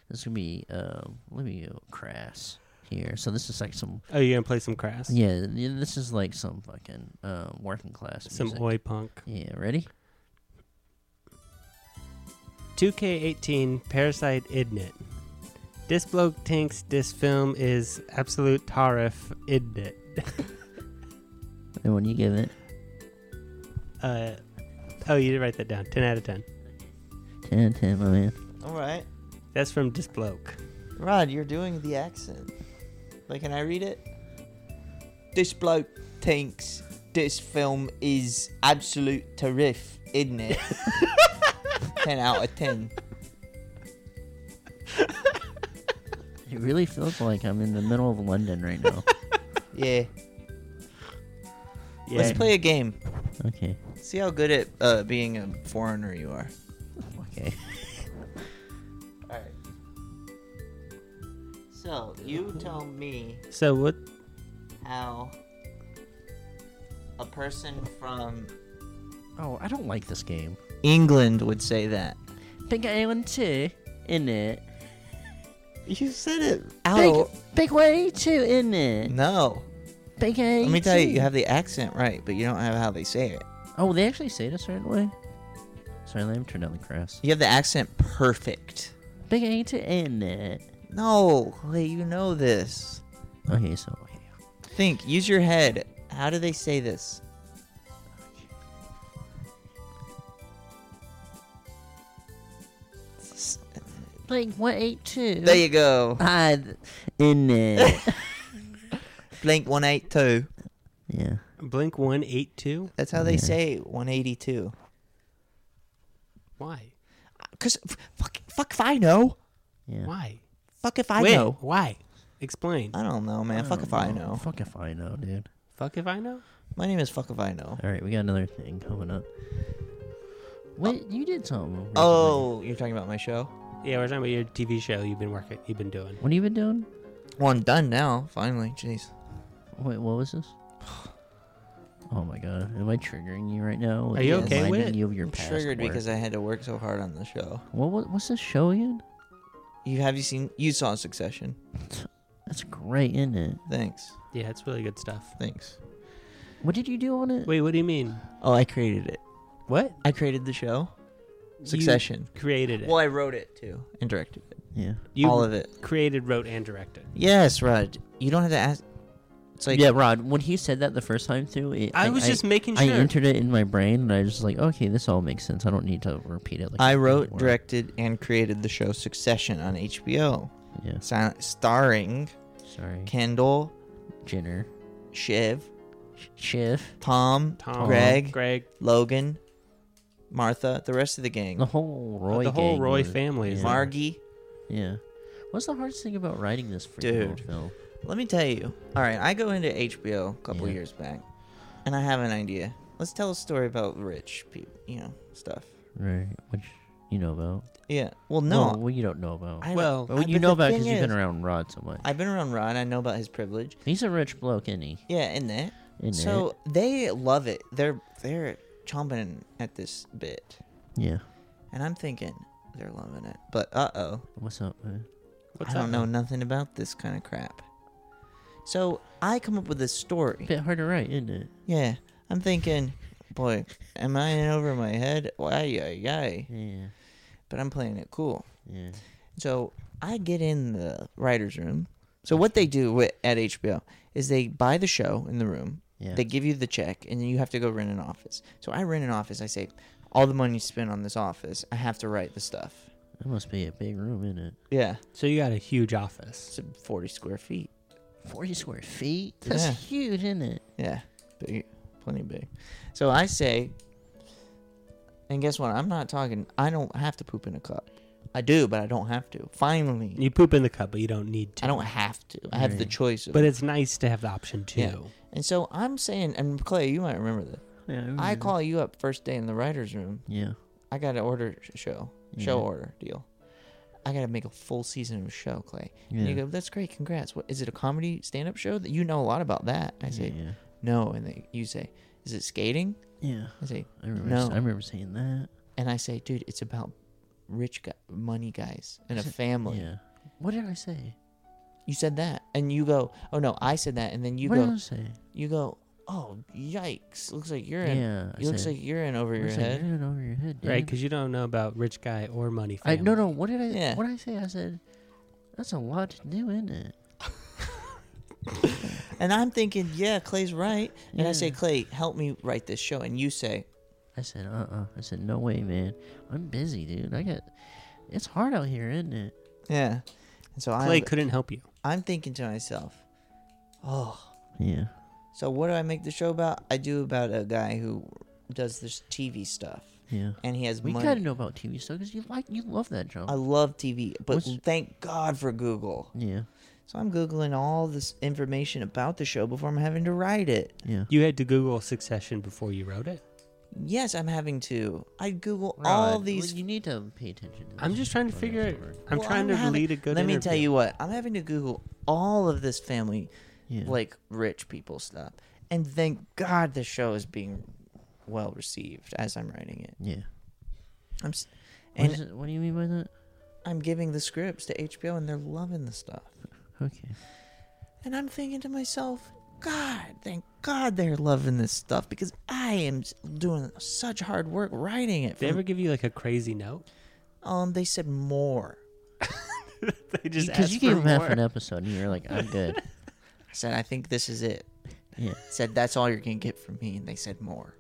[SPEAKER 4] This is gonna be. Um, let me go crass here. So this is like some.
[SPEAKER 2] Oh, you're gonna play some crass?
[SPEAKER 4] Yeah, yeah, this is like some fucking uh, working class.
[SPEAKER 2] Some
[SPEAKER 4] music.
[SPEAKER 2] oi punk.
[SPEAKER 4] Yeah, ready?
[SPEAKER 2] 2K18 Parasite Idnit. This bloke thinks this film is absolute tariff idnit.
[SPEAKER 4] And when you give it
[SPEAKER 2] Uh, oh, you did write that down. 10 out of 10.
[SPEAKER 4] 10, 10, my man.
[SPEAKER 3] All right,
[SPEAKER 2] That's from this bloke.
[SPEAKER 3] Rod, you're doing the accent. Like, can I read it? This bloke thinks this film is absolute terrific, isn't it? 10 out of 10.
[SPEAKER 4] It really feels like I'm in the middle of London right now.
[SPEAKER 3] Yeah.
[SPEAKER 2] Yeah.
[SPEAKER 3] Let's play a game.
[SPEAKER 4] okay.
[SPEAKER 3] See how good at uh, being a foreigner you are.
[SPEAKER 4] Okay.
[SPEAKER 3] So, you tell me
[SPEAKER 2] So what?
[SPEAKER 3] how a person from
[SPEAKER 4] Oh, I don't like this game.
[SPEAKER 3] England would say that.
[SPEAKER 4] Big Island 2, in it.
[SPEAKER 3] You said it
[SPEAKER 4] Big, big Way 2, in it.
[SPEAKER 3] No.
[SPEAKER 4] Big Island
[SPEAKER 3] Let me tell you,
[SPEAKER 4] 2.
[SPEAKER 3] you have the accent right, but you don't have how they say it.
[SPEAKER 4] Oh, they actually say it a certain way? Sorry, let me turn down the grass.
[SPEAKER 3] You have the accent perfect.
[SPEAKER 4] Big Island 2, in it.
[SPEAKER 3] No, Clay, you know this.
[SPEAKER 4] Okay, so, okay.
[SPEAKER 3] Think, use your head. How do they say this? S-
[SPEAKER 4] Big 182.
[SPEAKER 3] There you go.
[SPEAKER 4] Ah, th- in it.
[SPEAKER 3] Blink 182.
[SPEAKER 4] yeah.
[SPEAKER 2] Blink one eight two.
[SPEAKER 3] That's how they say 182.
[SPEAKER 2] Why?
[SPEAKER 3] Cause f- fuck, fuck if I know.
[SPEAKER 4] Yeah.
[SPEAKER 2] Why?
[SPEAKER 3] Fuck if I
[SPEAKER 2] Wait,
[SPEAKER 3] know.
[SPEAKER 2] Why? Explain.
[SPEAKER 3] I don't know, man. fuck if I know.
[SPEAKER 4] Fuck if I know, dude.
[SPEAKER 2] Fuck if I know.
[SPEAKER 3] My name is Fuck if I know.
[SPEAKER 4] All right, we got another thing coming up. Wait, you did something. recently.
[SPEAKER 3] Oh, you're talking about my show?
[SPEAKER 2] Yeah, we're talking about your TV show you've been working, you've been doing.
[SPEAKER 4] What have you been doing?
[SPEAKER 3] Well, I'm done now. Finally, jeez.
[SPEAKER 4] Wait, what was this? Oh my god, am I triggering you right now? with
[SPEAKER 2] Are you okay with
[SPEAKER 4] reminding
[SPEAKER 2] it?
[SPEAKER 4] You of your
[SPEAKER 3] I'm
[SPEAKER 4] past
[SPEAKER 3] triggered
[SPEAKER 4] work?
[SPEAKER 3] because I had to work so hard on the show.
[SPEAKER 4] What, what what's this show again?
[SPEAKER 3] You have you seen? You saw Succession.
[SPEAKER 4] That's great, isn't it?
[SPEAKER 3] Thanks,
[SPEAKER 2] Yeah, it's really good stuff.
[SPEAKER 3] thanks.
[SPEAKER 4] What did you do on it?
[SPEAKER 2] Wait, what do you mean?
[SPEAKER 3] Oh, I created it.
[SPEAKER 2] What?
[SPEAKER 3] I created the show.
[SPEAKER 2] You
[SPEAKER 3] Succession.
[SPEAKER 2] created it.
[SPEAKER 3] Well, I wrote it too and directed it.
[SPEAKER 4] Yeah.
[SPEAKER 2] You
[SPEAKER 3] all of it.
[SPEAKER 2] Created, wrote, and directed.
[SPEAKER 3] Yes, Rod. You don't have to ask. It's like
[SPEAKER 4] yeah, Rod. When he said that the first time through, it,
[SPEAKER 2] I was just making
[SPEAKER 4] I
[SPEAKER 2] sure.
[SPEAKER 4] entered it in my brain, and I was just like, "Okay, this all makes sense. I don't need to repeat it." Like
[SPEAKER 3] I
[SPEAKER 4] every
[SPEAKER 3] wrote,
[SPEAKER 4] word."
[SPEAKER 3] directed, and created the show Succession on HBO,
[SPEAKER 4] Yeah.
[SPEAKER 3] Sil starring
[SPEAKER 4] Sorry,
[SPEAKER 3] Kendall,
[SPEAKER 4] Jenner,
[SPEAKER 3] Shiv,
[SPEAKER 4] Schiff,
[SPEAKER 3] Tom,
[SPEAKER 2] Tom,
[SPEAKER 3] Greg,
[SPEAKER 2] Greg,
[SPEAKER 3] Logan, Martha, the rest of the gang,
[SPEAKER 4] the whole Roy,
[SPEAKER 2] the whole
[SPEAKER 4] gang
[SPEAKER 2] Roy
[SPEAKER 4] was-
[SPEAKER 2] family is
[SPEAKER 4] yeah.
[SPEAKER 2] there.
[SPEAKER 3] Margie.
[SPEAKER 4] Yeah. What's the hardest thing about writing this freaking
[SPEAKER 3] Dude.
[SPEAKER 4] Dude. film?
[SPEAKER 3] Let me tell you. All right, I go into HBO a couple
[SPEAKER 4] Yeah.
[SPEAKER 3] years back, and I have an idea. Let's tell a story about rich people, you know, stuff.
[SPEAKER 4] Right. Which you know about.
[SPEAKER 3] Yeah. Well, no.
[SPEAKER 4] Well, what you don't know about.
[SPEAKER 3] I,
[SPEAKER 2] Well,
[SPEAKER 4] but what
[SPEAKER 3] I-
[SPEAKER 4] you
[SPEAKER 3] but
[SPEAKER 4] know
[SPEAKER 3] the
[SPEAKER 4] about because
[SPEAKER 3] thing
[SPEAKER 4] you've been
[SPEAKER 3] is,
[SPEAKER 4] around Rod so much.
[SPEAKER 3] I've been around Ron. I know about his privilege.
[SPEAKER 4] He's a rich bloke, isn't he?
[SPEAKER 3] Yeah, in that.
[SPEAKER 4] Isn't
[SPEAKER 3] so they love it. They're they're chomping at this bit,
[SPEAKER 4] Yeah.
[SPEAKER 3] and I'm thinking they're loving it. But uh oh,
[SPEAKER 4] What's up, man?
[SPEAKER 2] What's
[SPEAKER 3] I don't
[SPEAKER 2] up?
[SPEAKER 3] know nothing about this kind of crap. So I come up with this story.
[SPEAKER 4] Bit hard to write, isn't it?
[SPEAKER 3] Yeah, I'm thinking, boy, am I in over my head? Why, yay, yay.
[SPEAKER 4] Yeah.
[SPEAKER 3] But I'm playing it cool.
[SPEAKER 4] Yeah.
[SPEAKER 3] So I get in the writer's room. So what they do wi- at HBO is they buy the show in the room.
[SPEAKER 4] Yeah.
[SPEAKER 3] They give you the check, and then you have to go rent an office. So I rent an office. I say, all the money you spend on this office, I have to write the stuff.
[SPEAKER 4] That must be a big room, isn't it?
[SPEAKER 3] Yeah,
[SPEAKER 2] So you got a huge office.
[SPEAKER 3] it's 40 square feet.
[SPEAKER 4] Forty square feet. That's
[SPEAKER 3] Yeah.
[SPEAKER 4] huge, isn't it?
[SPEAKER 3] Yeah, big, plenty big. So I say, and guess what? I'm not talking. I don't have to poop in a cup. I do, but I don't have to. Finally,
[SPEAKER 2] You poop in the cup, but you don't need to.
[SPEAKER 3] I don't have to. I have the
[SPEAKER 4] Right.
[SPEAKER 3] choice. Of
[SPEAKER 2] But it's nice to have the option too.
[SPEAKER 3] Yeah. And so I'm saying, and Clay, you might remember this.
[SPEAKER 4] Yeah.
[SPEAKER 3] I call you up first day in the writers' room.
[SPEAKER 4] Yeah.
[SPEAKER 3] I got to order sh- show, show order deal. I got to make a full season of a show, Clay. And you
[SPEAKER 4] Yeah.
[SPEAKER 3] go, that's great, congrats. What is it? A comedy stand-up show that you know a lot about that? I say,
[SPEAKER 4] Yeah.
[SPEAKER 3] no. And they, you say, is it skating?
[SPEAKER 4] Yeah.
[SPEAKER 3] I say,
[SPEAKER 4] I remember.
[SPEAKER 3] No.
[SPEAKER 4] I remember saying that.
[SPEAKER 3] And I say, dude, it's about rich guy, money guys and a family.
[SPEAKER 4] Yeah. What did I say?
[SPEAKER 3] You said that, and you go, oh no, I said that, and then you
[SPEAKER 4] what did I
[SPEAKER 3] go,
[SPEAKER 4] say?
[SPEAKER 3] you go, oh yikes, looks like you're in,
[SPEAKER 4] Yeah. I
[SPEAKER 3] you looks
[SPEAKER 4] said-
[SPEAKER 3] like you're in over
[SPEAKER 4] I
[SPEAKER 3] your
[SPEAKER 4] said,
[SPEAKER 3] head.
[SPEAKER 4] "You're in over your head,
[SPEAKER 2] Right,
[SPEAKER 4] dude."
[SPEAKER 2] because you don't know about rich guy or money.
[SPEAKER 4] I
[SPEAKER 2] Family.
[SPEAKER 4] no no. What did I?
[SPEAKER 3] Yeah.
[SPEAKER 4] What did I say? I said, "That's a lot to do, isn't it?"
[SPEAKER 3] And I'm thinking, yeah, Clay's right. And I say,
[SPEAKER 4] Yeah.
[SPEAKER 3] Clay, help me write this show, and you say,
[SPEAKER 4] I said, "Uh uh I said, "No way, man. I'm busy, dude. I got. It's hard out here, isn't it?"
[SPEAKER 3] yeah. And so
[SPEAKER 2] Clay
[SPEAKER 3] I'm,
[SPEAKER 2] couldn't help you.
[SPEAKER 3] I'm thinking to myself, oh,
[SPEAKER 4] Yeah.
[SPEAKER 3] So what do I make the show about? I do about a guy who does this TV stuff.
[SPEAKER 4] Yeah.
[SPEAKER 3] And he has
[SPEAKER 4] We
[SPEAKER 3] money.
[SPEAKER 4] gotta know about TV stuff because you like you love that Joe.
[SPEAKER 3] I love TV, but
[SPEAKER 4] What's-
[SPEAKER 3] thank God for Google.
[SPEAKER 4] yeah,
[SPEAKER 3] So I'm googling all this information about the show before I'm having to write it.
[SPEAKER 4] yeah.
[SPEAKER 2] You had to Google Succession before you wrote it.
[SPEAKER 3] Yes, I'm having to. I Google all
[SPEAKER 4] Rod,
[SPEAKER 3] these.
[SPEAKER 4] You need to pay attention. to
[SPEAKER 2] I'm
[SPEAKER 4] this
[SPEAKER 2] just trying to
[SPEAKER 4] before
[SPEAKER 2] figure
[SPEAKER 4] you
[SPEAKER 2] it.
[SPEAKER 4] have to work.
[SPEAKER 2] I'm
[SPEAKER 3] Well,
[SPEAKER 2] trying to
[SPEAKER 3] having-
[SPEAKER 2] lead a good.
[SPEAKER 3] Let me tell
[SPEAKER 2] interview.
[SPEAKER 3] you what. I'm having to Google all of this family,
[SPEAKER 4] Yeah.
[SPEAKER 3] like rich people stuff, and thank God the show is being well received as I'm writing it.
[SPEAKER 4] Yeah.
[SPEAKER 3] I'm s-
[SPEAKER 4] What,
[SPEAKER 3] and
[SPEAKER 4] is it, what do you mean by that?
[SPEAKER 3] I'm giving the scripts to HBO, and they're loving the stuff.
[SPEAKER 4] Okay.
[SPEAKER 3] And I'm thinking to myself, God, thank God they're loving this stuff because I am s- doing such hard work writing it.
[SPEAKER 2] Did they
[SPEAKER 3] from-
[SPEAKER 2] ever give you like a crazy note?
[SPEAKER 3] um, they said more.
[SPEAKER 2] They just
[SPEAKER 4] Because
[SPEAKER 2] asked
[SPEAKER 4] you gave
[SPEAKER 2] for
[SPEAKER 4] him half
[SPEAKER 2] more.
[SPEAKER 4] an episode and you're like, I'm good.
[SPEAKER 3] I said, I think this is it.
[SPEAKER 4] yeah.
[SPEAKER 3] said that's all you're gonna get from me, and they said more.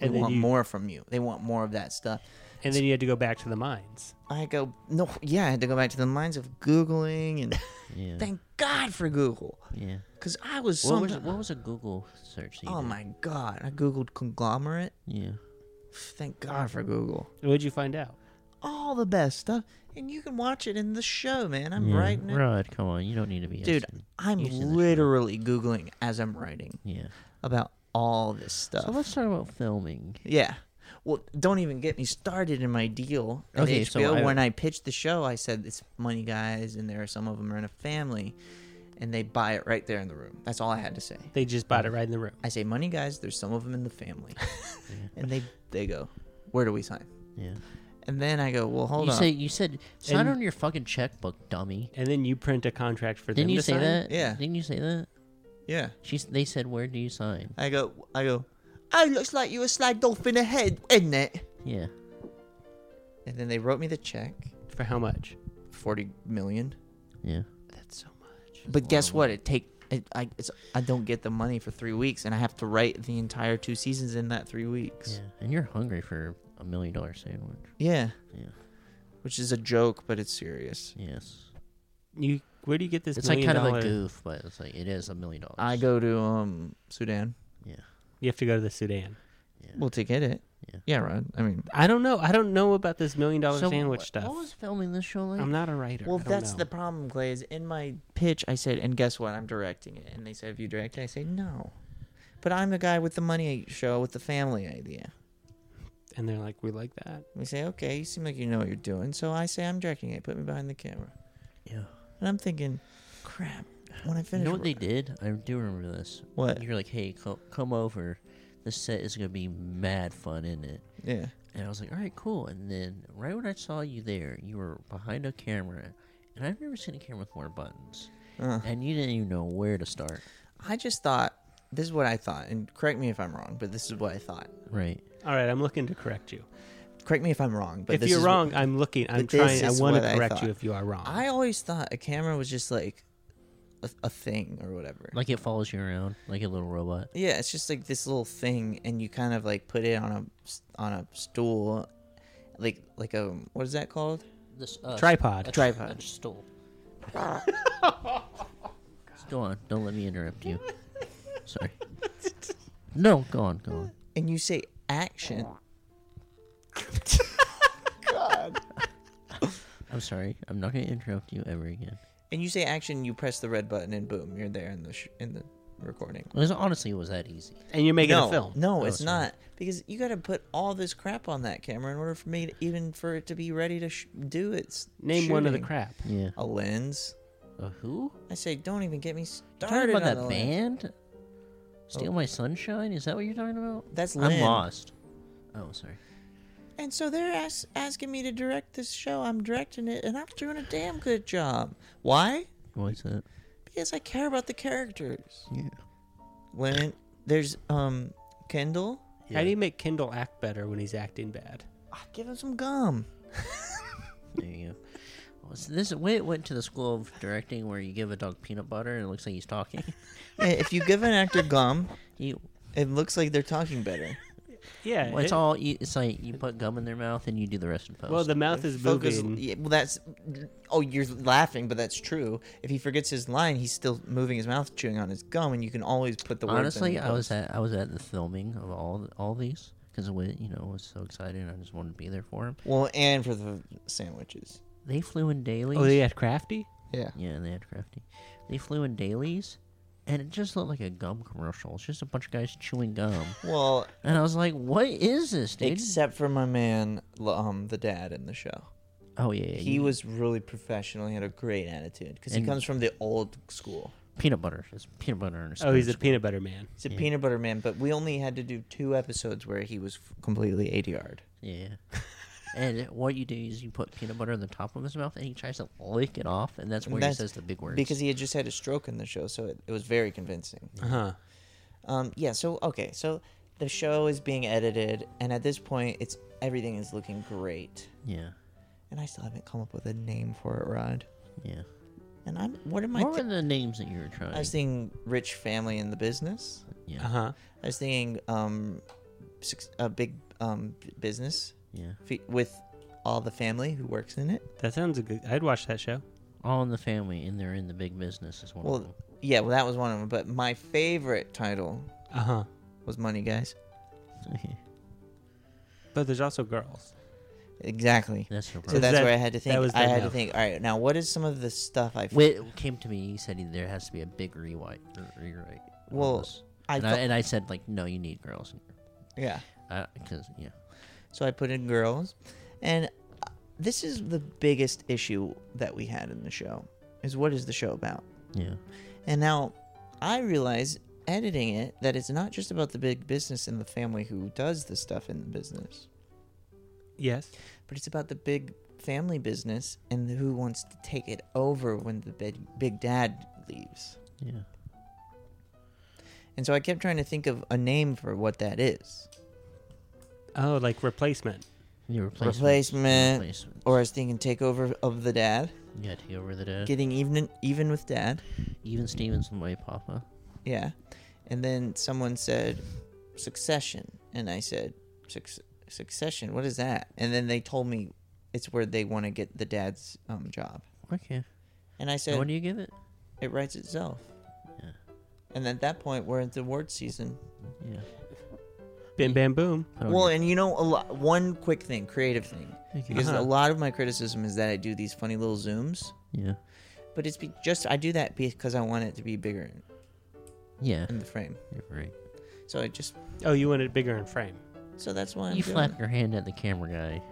[SPEAKER 3] They
[SPEAKER 2] And then
[SPEAKER 3] want
[SPEAKER 2] you-
[SPEAKER 3] more from you. They want more of that stuff.
[SPEAKER 2] and then you had to go back to the mines.
[SPEAKER 3] I go, no, yeah, I had to go back to the minds of googling, and
[SPEAKER 4] Yeah.
[SPEAKER 3] thank God for Google,
[SPEAKER 4] yeah.
[SPEAKER 3] because I was
[SPEAKER 4] What
[SPEAKER 3] so.
[SPEAKER 4] was, what was a Google search? that you
[SPEAKER 3] Oh
[SPEAKER 4] did?
[SPEAKER 3] my God! I googled conglomerate.
[SPEAKER 4] Yeah.
[SPEAKER 3] Thank God for Google.
[SPEAKER 2] What'd you find out?
[SPEAKER 3] All the best stuff, and you can watch it in the show, man. I'm
[SPEAKER 4] yeah.
[SPEAKER 3] writing it,
[SPEAKER 4] Rod, come on. You don't need to be.
[SPEAKER 3] dude.
[SPEAKER 4] asking.
[SPEAKER 3] I'm
[SPEAKER 4] You see the show.
[SPEAKER 3] literally googling as I'm writing
[SPEAKER 4] Yeah.
[SPEAKER 3] about all this stuff.
[SPEAKER 4] So let's talk about filming.
[SPEAKER 3] Yeah. Well, don't even get me started in my deal. At
[SPEAKER 4] Okay,
[SPEAKER 3] HBO,
[SPEAKER 4] so I-
[SPEAKER 3] when I pitched the show, I said it's money guys, and there are some of them are in a family, and they buy it right there in the room. That's all I had to say.
[SPEAKER 2] They just bought it right in the room.
[SPEAKER 3] I say money guys. There's some of them in the family, and they they go, where do we sign?
[SPEAKER 4] Yeah.
[SPEAKER 3] And then I go, well, hold
[SPEAKER 4] you
[SPEAKER 3] on.
[SPEAKER 4] say you said sign
[SPEAKER 2] And-
[SPEAKER 4] on your fucking checkbook, dummy.
[SPEAKER 2] And then you print a contract for
[SPEAKER 4] Didn't
[SPEAKER 2] them
[SPEAKER 4] you
[SPEAKER 2] to
[SPEAKER 4] say
[SPEAKER 2] sign?
[SPEAKER 4] that?
[SPEAKER 3] Yeah.
[SPEAKER 4] Didn't you say that?
[SPEAKER 3] yeah.
[SPEAKER 4] She's. They said, where do you sign?
[SPEAKER 3] I go, I go. Oh, looks like you were slide dolphin ahead, isn't it?
[SPEAKER 4] Yeah.
[SPEAKER 3] And then they wrote me the check,
[SPEAKER 2] For how much?
[SPEAKER 3] forty million.
[SPEAKER 4] Yeah.
[SPEAKER 2] That's so much.
[SPEAKER 3] But guess what? It take it, I it's, I don't get the money for three weeks, and I have to write the entire two seasons in that three
[SPEAKER 4] Yeah.
[SPEAKER 3] weeks.
[SPEAKER 4] And you're hungry for a million dollar sandwich.
[SPEAKER 3] Yeah.
[SPEAKER 4] Yeah.
[SPEAKER 3] which is a joke, but it's serious.
[SPEAKER 4] Yes.
[SPEAKER 2] You where do you get this?
[SPEAKER 4] It's like
[SPEAKER 2] million
[SPEAKER 4] kind of a
[SPEAKER 2] dollar-
[SPEAKER 4] goof, but it's like it is a million dollars.
[SPEAKER 3] I go to um Sudan.
[SPEAKER 4] Yeah.
[SPEAKER 2] You have to go to the Sudan.
[SPEAKER 3] Well, to get it.
[SPEAKER 4] Yeah.
[SPEAKER 3] Yeah, Rod. I mean,
[SPEAKER 2] I don't know. I don't know about this million dollar
[SPEAKER 4] So
[SPEAKER 2] sandwich
[SPEAKER 4] what-
[SPEAKER 2] stuff.
[SPEAKER 4] What was filming this show like?
[SPEAKER 2] I'm not a writer.
[SPEAKER 3] well,
[SPEAKER 2] I don't
[SPEAKER 3] that's
[SPEAKER 2] know.
[SPEAKER 3] the problem, Clay. Is in my pitch, I said, and guess what? I'm directing it, and they said, "Have you directed?" I say, "No," but I'm the guy with the money show with the family idea.
[SPEAKER 2] And they're like, we like that.
[SPEAKER 3] We say, "Okay, you seem like you know what you're doing," so I say, "I'm directing it. Put me behind the camera."
[SPEAKER 4] yeah.
[SPEAKER 3] And I'm thinking, "Crap." When I
[SPEAKER 4] You
[SPEAKER 3] finish,
[SPEAKER 4] know what they
[SPEAKER 3] wri-
[SPEAKER 4] did? I do remember this.
[SPEAKER 3] What?
[SPEAKER 4] You're like, hey, co- come over. This set is gonna be mad fun, isn't it?
[SPEAKER 3] Yeah.
[SPEAKER 4] And I was like, all right, cool. And then right when I saw you there, you were behind a camera, and I've never seen a camera with more buttons. And you didn't even know where to start.
[SPEAKER 3] I just thought this is what I thought, and correct me if I'm wrong, but this is what I thought.
[SPEAKER 4] Right.
[SPEAKER 2] All right, I'm looking to correct you.
[SPEAKER 3] Correct me if I'm wrong, but
[SPEAKER 2] if
[SPEAKER 3] this
[SPEAKER 2] you're
[SPEAKER 3] is
[SPEAKER 2] wrong,
[SPEAKER 3] what-
[SPEAKER 2] I'm looking. I'm
[SPEAKER 3] but this
[SPEAKER 2] trying. I
[SPEAKER 3] is
[SPEAKER 2] want
[SPEAKER 3] what
[SPEAKER 2] to
[SPEAKER 3] I
[SPEAKER 2] correct
[SPEAKER 3] thought.
[SPEAKER 2] you if you are wrong.
[SPEAKER 3] I always thought a camera was just like a, a thing or whatever.
[SPEAKER 4] Like it follows you around, like a little robot.
[SPEAKER 3] yeah, it's just like this little thing, and you kind of like put it on a s- on a stool, like like a what is that called?
[SPEAKER 4] This uh,
[SPEAKER 2] Tripod.
[SPEAKER 4] a
[SPEAKER 2] Tri-
[SPEAKER 3] Tripod.
[SPEAKER 4] A stool. go on. Don't let me interrupt you. Sorry. No, go on, go on.
[SPEAKER 3] And you say action.
[SPEAKER 4] I'm sorry. I'm not going to interrupt you ever again.
[SPEAKER 3] And you say action. You press the red button, and boom, you're there in the sh- in the recording.
[SPEAKER 4] It was, honestly, it was that easy.
[SPEAKER 2] and you're making
[SPEAKER 3] no,
[SPEAKER 2] a film.
[SPEAKER 3] No,
[SPEAKER 4] Oh,
[SPEAKER 3] it's
[SPEAKER 4] sorry.
[SPEAKER 3] not because you got to put all this crap on that camera in order for me to, even for it to be ready to sh- do its
[SPEAKER 2] Name one of the
[SPEAKER 3] shooting.
[SPEAKER 2] crap.
[SPEAKER 4] Yeah.
[SPEAKER 3] A lens.
[SPEAKER 4] Uh, who?
[SPEAKER 3] I say, don't even get me
[SPEAKER 4] You
[SPEAKER 3] started
[SPEAKER 4] talking about
[SPEAKER 3] on
[SPEAKER 4] that
[SPEAKER 3] the lens.
[SPEAKER 4] band? Steal My Sunshine? Is that what you're talking about?
[SPEAKER 3] That's
[SPEAKER 4] I'm
[SPEAKER 3] Lynn.
[SPEAKER 4] lost. Oh, sorry.
[SPEAKER 3] And so they're as- asking me to direct this show. I'm directing it, and I'm doing a damn good job. Why?
[SPEAKER 4] What's that?
[SPEAKER 3] Because I care about the characters.
[SPEAKER 4] Yeah.
[SPEAKER 3] When there's um Kendall,
[SPEAKER 2] How do you make Kendall act better when he's acting bad?
[SPEAKER 3] I give him some gum.
[SPEAKER 4] There you go. Well, so this Witt went to the school of directing where you give a dog peanut butter and it looks like he's talking.
[SPEAKER 3] Yeah, if you give an actor gum,
[SPEAKER 4] You
[SPEAKER 3] it looks like they're talking better.
[SPEAKER 2] Yeah,
[SPEAKER 4] Well, it's
[SPEAKER 2] it-
[SPEAKER 4] all. You, it's like you put gum in their mouth and you do the rest in post.
[SPEAKER 2] Well, the mouth is
[SPEAKER 3] Focus.
[SPEAKER 2] moving.
[SPEAKER 3] yeah, well, that's. Oh, you're laughing, but that's true. If he forgets his line, he's still moving his mouth, chewing on his gum, and you can always put the words. in
[SPEAKER 4] honestly, I was
[SPEAKER 3] post.
[SPEAKER 4] at I was at the filming of all all these because you know I was so excited. and I just wanted to be there for them.
[SPEAKER 3] Well, and for the sandwiches.
[SPEAKER 4] They flew in dailies.
[SPEAKER 2] Oh, they had crafty.
[SPEAKER 3] Yeah.
[SPEAKER 4] Yeah, they had crafty. They flew in dailies, and it just looked like a gum commercial. It's just a bunch of guys chewing gum,
[SPEAKER 3] Well,
[SPEAKER 4] and I was like, "What is this, dude?"
[SPEAKER 3] except for my man, l- um, the dad in the show.
[SPEAKER 4] oh yeah, yeah,
[SPEAKER 3] He
[SPEAKER 4] you-
[SPEAKER 3] was really professional. He had a great attitude because he
[SPEAKER 4] And-
[SPEAKER 3] comes from the old school.
[SPEAKER 4] peanut butter. It's peanut butter. And
[SPEAKER 2] Oh, he's a
[SPEAKER 4] spinach.
[SPEAKER 2] peanut butter man.
[SPEAKER 3] He's a peanut butter man, but we only had to do two episodes where he was f- completely ADR'd.
[SPEAKER 4] Yeah. and what you do is you put peanut butter on the top of his mouth, and he tries to lick it off, and that's where
[SPEAKER 3] That's-
[SPEAKER 4] he says the big words.
[SPEAKER 3] Because he had just had a stroke in the show, so it, it was very convincing.
[SPEAKER 2] Uh huh.
[SPEAKER 3] Um, yeah, so, okay, so the show is being edited, and at this point, it's everything is looking great.
[SPEAKER 4] yeah,
[SPEAKER 3] And I still haven't come up with a name for it, Rod.
[SPEAKER 4] yeah.
[SPEAKER 3] And I'm, what am I,
[SPEAKER 4] What
[SPEAKER 3] thi-
[SPEAKER 4] were the names that you were trying?
[SPEAKER 3] I was thinking rich family in the business.
[SPEAKER 4] yeah,
[SPEAKER 2] Uh huh.
[SPEAKER 3] I was thinking um, suc- a big um, b- business
[SPEAKER 4] yeah.
[SPEAKER 3] fe- with all the family who works in it.
[SPEAKER 2] That sounds a good. I'd watch that show.
[SPEAKER 4] All in the family, and they're in the big business as well.
[SPEAKER 3] Well, yeah, well, that was one of them. But my favorite title
[SPEAKER 2] Uh huh.
[SPEAKER 3] was Money Guys.
[SPEAKER 2] But there's also girls.
[SPEAKER 3] Exactly.
[SPEAKER 4] that's
[SPEAKER 3] So
[SPEAKER 4] no problem.
[SPEAKER 3] that's
[SPEAKER 2] that-
[SPEAKER 3] where I had to
[SPEAKER 2] that
[SPEAKER 3] think.
[SPEAKER 2] was
[SPEAKER 3] I
[SPEAKER 2] the
[SPEAKER 3] had
[SPEAKER 2] no.
[SPEAKER 3] to think. All right, now what is some of the stuff I?
[SPEAKER 4] Wait, it came to me. He said he- there has to be a big rewrite. r- Rewrite. on
[SPEAKER 3] Well,
[SPEAKER 4] this.
[SPEAKER 3] I
[SPEAKER 4] and, I,
[SPEAKER 3] thought-
[SPEAKER 4] and I said like, no, you need girls.
[SPEAKER 3] Yeah.
[SPEAKER 4] Because yeah,
[SPEAKER 3] So I put in girls, and uh, this is the biggest issue that we had in the show. Is what is the show about?
[SPEAKER 4] yeah.
[SPEAKER 3] And now I realize editing it that it's not just about the big business and the family who does the stuff in the business,
[SPEAKER 2] Yes.
[SPEAKER 3] but it's about the big family business and who wants to take it over when the big, big dad leaves.
[SPEAKER 4] Yeah.
[SPEAKER 3] And so I kept trying to think of a name for what that is.
[SPEAKER 2] Oh, like replacement.
[SPEAKER 4] Your replacement.
[SPEAKER 3] Replacement.
[SPEAKER 4] Replacement.
[SPEAKER 3] Or I was thinking takeover of the dad,
[SPEAKER 4] yeah, take over the dad.
[SPEAKER 3] getting even even with dad.
[SPEAKER 4] Even Stevens and my papa.
[SPEAKER 3] Yeah. And then someone said succession. And I said, "Suc- succession? What is that? And then they told me it's where they want to get the dad's um, job.
[SPEAKER 4] Okay.
[SPEAKER 3] And I
[SPEAKER 4] And
[SPEAKER 3] said,
[SPEAKER 4] what do you give it?
[SPEAKER 3] it writes itself.
[SPEAKER 4] Yeah.
[SPEAKER 3] And at that point, we're at the award season.
[SPEAKER 4] Yeah.
[SPEAKER 2] Bim bam boom.
[SPEAKER 4] Oh,
[SPEAKER 3] Well,
[SPEAKER 4] yeah.
[SPEAKER 3] and you know, a lot, one quick thing, creative thing. Because a
[SPEAKER 2] Uh-huh.
[SPEAKER 3] lot of my criticism is that I do these funny little zooms.
[SPEAKER 4] yeah.
[SPEAKER 3] But it's be- just, I do that because I want it to be bigger in,
[SPEAKER 4] Yeah.
[SPEAKER 3] in the frame.
[SPEAKER 4] You're right.
[SPEAKER 3] So I just,
[SPEAKER 2] Oh, you want it bigger in frame.
[SPEAKER 3] so that's why I'm
[SPEAKER 4] you
[SPEAKER 3] doing
[SPEAKER 4] flap
[SPEAKER 3] it.
[SPEAKER 4] your hand at the camera guy.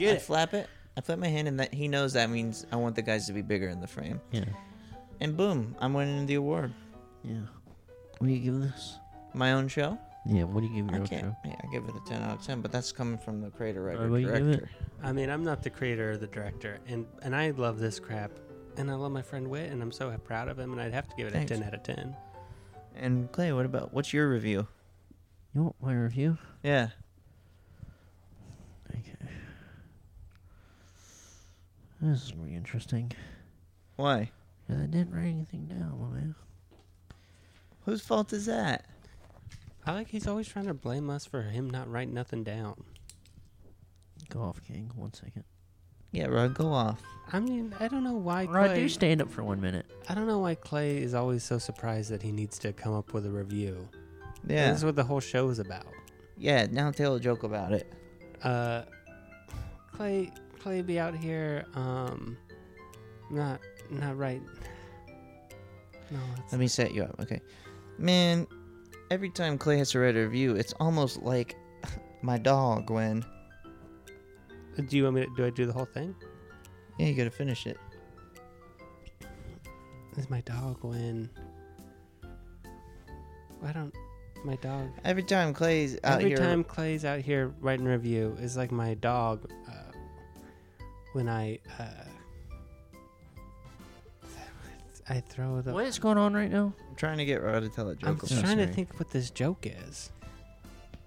[SPEAKER 3] I flap it. I flap my hand, and that he knows that means I want the guys to be bigger in the frame.
[SPEAKER 4] Yeah.
[SPEAKER 3] And boom, I'm winning the award.
[SPEAKER 4] Yeah. What do you give this?
[SPEAKER 3] My own show.
[SPEAKER 4] Yeah. What do you give
[SPEAKER 3] I
[SPEAKER 4] your
[SPEAKER 3] can't.
[SPEAKER 4] outro?
[SPEAKER 3] Yeah, I give it a 10 out of 10, but that's coming from the creator, writer,
[SPEAKER 4] Alright, what you give
[SPEAKER 3] director.
[SPEAKER 2] I mean, I'm not the creator or the director, and and I love this crap, and I love my friend Wit, and I'm so proud of him, and I'd have to give it
[SPEAKER 3] Thanks.
[SPEAKER 2] a ten out of ten.
[SPEAKER 3] And Clay, what about what's your review?
[SPEAKER 4] You want my review?
[SPEAKER 3] Yeah,
[SPEAKER 4] Okay. This is gonna be interesting.
[SPEAKER 3] why?
[SPEAKER 4] 'Cause I didn't write anything down, my man.
[SPEAKER 3] Whose fault is that?
[SPEAKER 2] I like he's always trying to blame us for him not writing nothing down.
[SPEAKER 4] Go off, King. One second.
[SPEAKER 3] Yeah, Rod, go off.
[SPEAKER 2] I mean, I don't know why
[SPEAKER 4] Rod,
[SPEAKER 2] Clay.
[SPEAKER 4] do stand up for one minute.
[SPEAKER 2] I don't know why Clay is always so surprised that he needs to come up with a review.
[SPEAKER 3] Yeah,
[SPEAKER 2] This is what the whole show is about.
[SPEAKER 3] yeah. Now tell a joke about it.
[SPEAKER 2] Uh, Clay, Clay, be out here. Um, not, not right. No, it's,
[SPEAKER 3] Let me set you up. Okay, man. Every time Clay has to write a review, it's almost like my dog when.
[SPEAKER 2] do you want me? To, do I do the whole thing?
[SPEAKER 3] Yeah, you gotta finish it.
[SPEAKER 2] Is my dog when? I don't. My dog.
[SPEAKER 3] Every time Clay's out
[SPEAKER 2] Every
[SPEAKER 3] here,
[SPEAKER 2] time Clay's out here writing review is like my dog. Uh, when I, uh, I throw the.
[SPEAKER 4] What is going on right now?
[SPEAKER 3] I'm trying to get Rod to tell a joke.
[SPEAKER 2] I'm
[SPEAKER 3] about
[SPEAKER 2] trying to
[SPEAKER 3] something.
[SPEAKER 2] think what this joke is.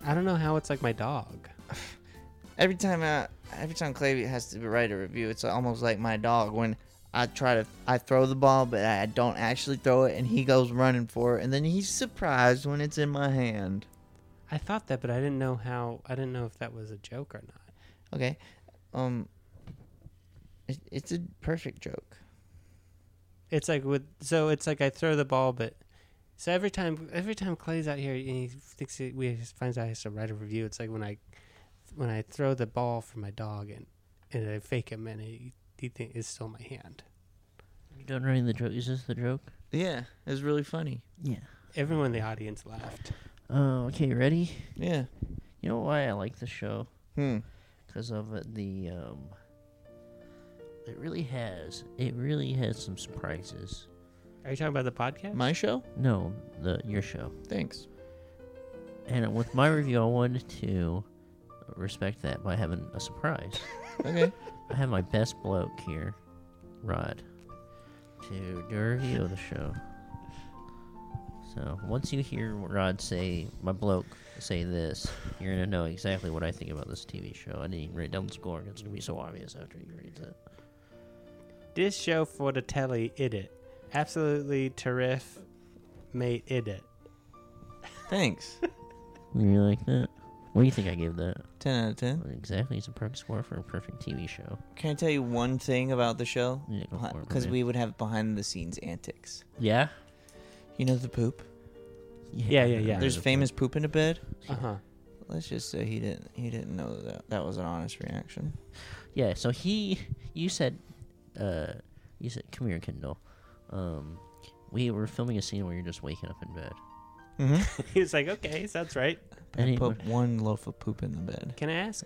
[SPEAKER 2] I don't know how it's like my dog.
[SPEAKER 3] Every time, uh, every time Clay has to write a review, it's almost like my dog when I try to, I throw the ball, but I don't actually throw it, and he goes running for it, and then he's surprised when it's in my hand.
[SPEAKER 2] I thought that, but I didn't know how. I didn't know if that was a joke or not.
[SPEAKER 3] Okay. Um. It, it's a perfect joke.
[SPEAKER 2] It's like with so it's like I throw the ball, but so every time every time Clay's out here and he thinks he, we he finds out he has to write a review. It's like when I when I throw the ball for my dog and and I fake him and he he think it's still my hand.
[SPEAKER 4] You done writing the joke? Is this the joke?
[SPEAKER 3] Yeah, it was really funny.
[SPEAKER 4] Yeah.
[SPEAKER 2] Everyone in the audience laughed.
[SPEAKER 4] Uh, okay, ready?
[SPEAKER 3] Yeah.
[SPEAKER 4] You know why I like this show?
[SPEAKER 3] Hmm.
[SPEAKER 4] Because of uh, the um. It really has. It really has some surprises.
[SPEAKER 2] Are you talking about the podcast?
[SPEAKER 3] My show.
[SPEAKER 4] No, the your show.
[SPEAKER 3] Thanks.
[SPEAKER 4] And with my review, I wanted to respect that by having a surprise.
[SPEAKER 3] Okay.
[SPEAKER 4] I have my best bloke here, Rod, to do a review of the show. So once you hear Rod say, "My bloke say this," you're gonna know exactly what I think about this TV show. I didn't even write down the score. It's gonna be so obvious after you read it.
[SPEAKER 2] This show for the telly, it it. Absolutely terrific, mate, it it.
[SPEAKER 3] Thanks.
[SPEAKER 4] You like that? What do you think I gave that?
[SPEAKER 3] ten out of ten.
[SPEAKER 4] Exactly, it's a perfect score for a perfect TV show.
[SPEAKER 3] Can I tell you one thing about the show?
[SPEAKER 4] Yeah, go for it,
[SPEAKER 3] Because
[SPEAKER 4] man.
[SPEAKER 3] we would have behind the scenes antics.
[SPEAKER 4] Yeah.
[SPEAKER 3] You know the poop.
[SPEAKER 2] Yeah, yeah, yeah.
[SPEAKER 3] There's famous poop in a bed.
[SPEAKER 2] Uh huh.
[SPEAKER 3] Let's just say he didn't. He didn't know that. That was an honest reaction.
[SPEAKER 4] Yeah, so he, you said, uh, you said, come here, Kendall. Um, we were filming a scene where you're just waking up in bed.
[SPEAKER 2] He was like, okay, sounds right.
[SPEAKER 3] I
[SPEAKER 4] And,
[SPEAKER 3] put one loaf of poop in the bed.
[SPEAKER 2] Can I ask?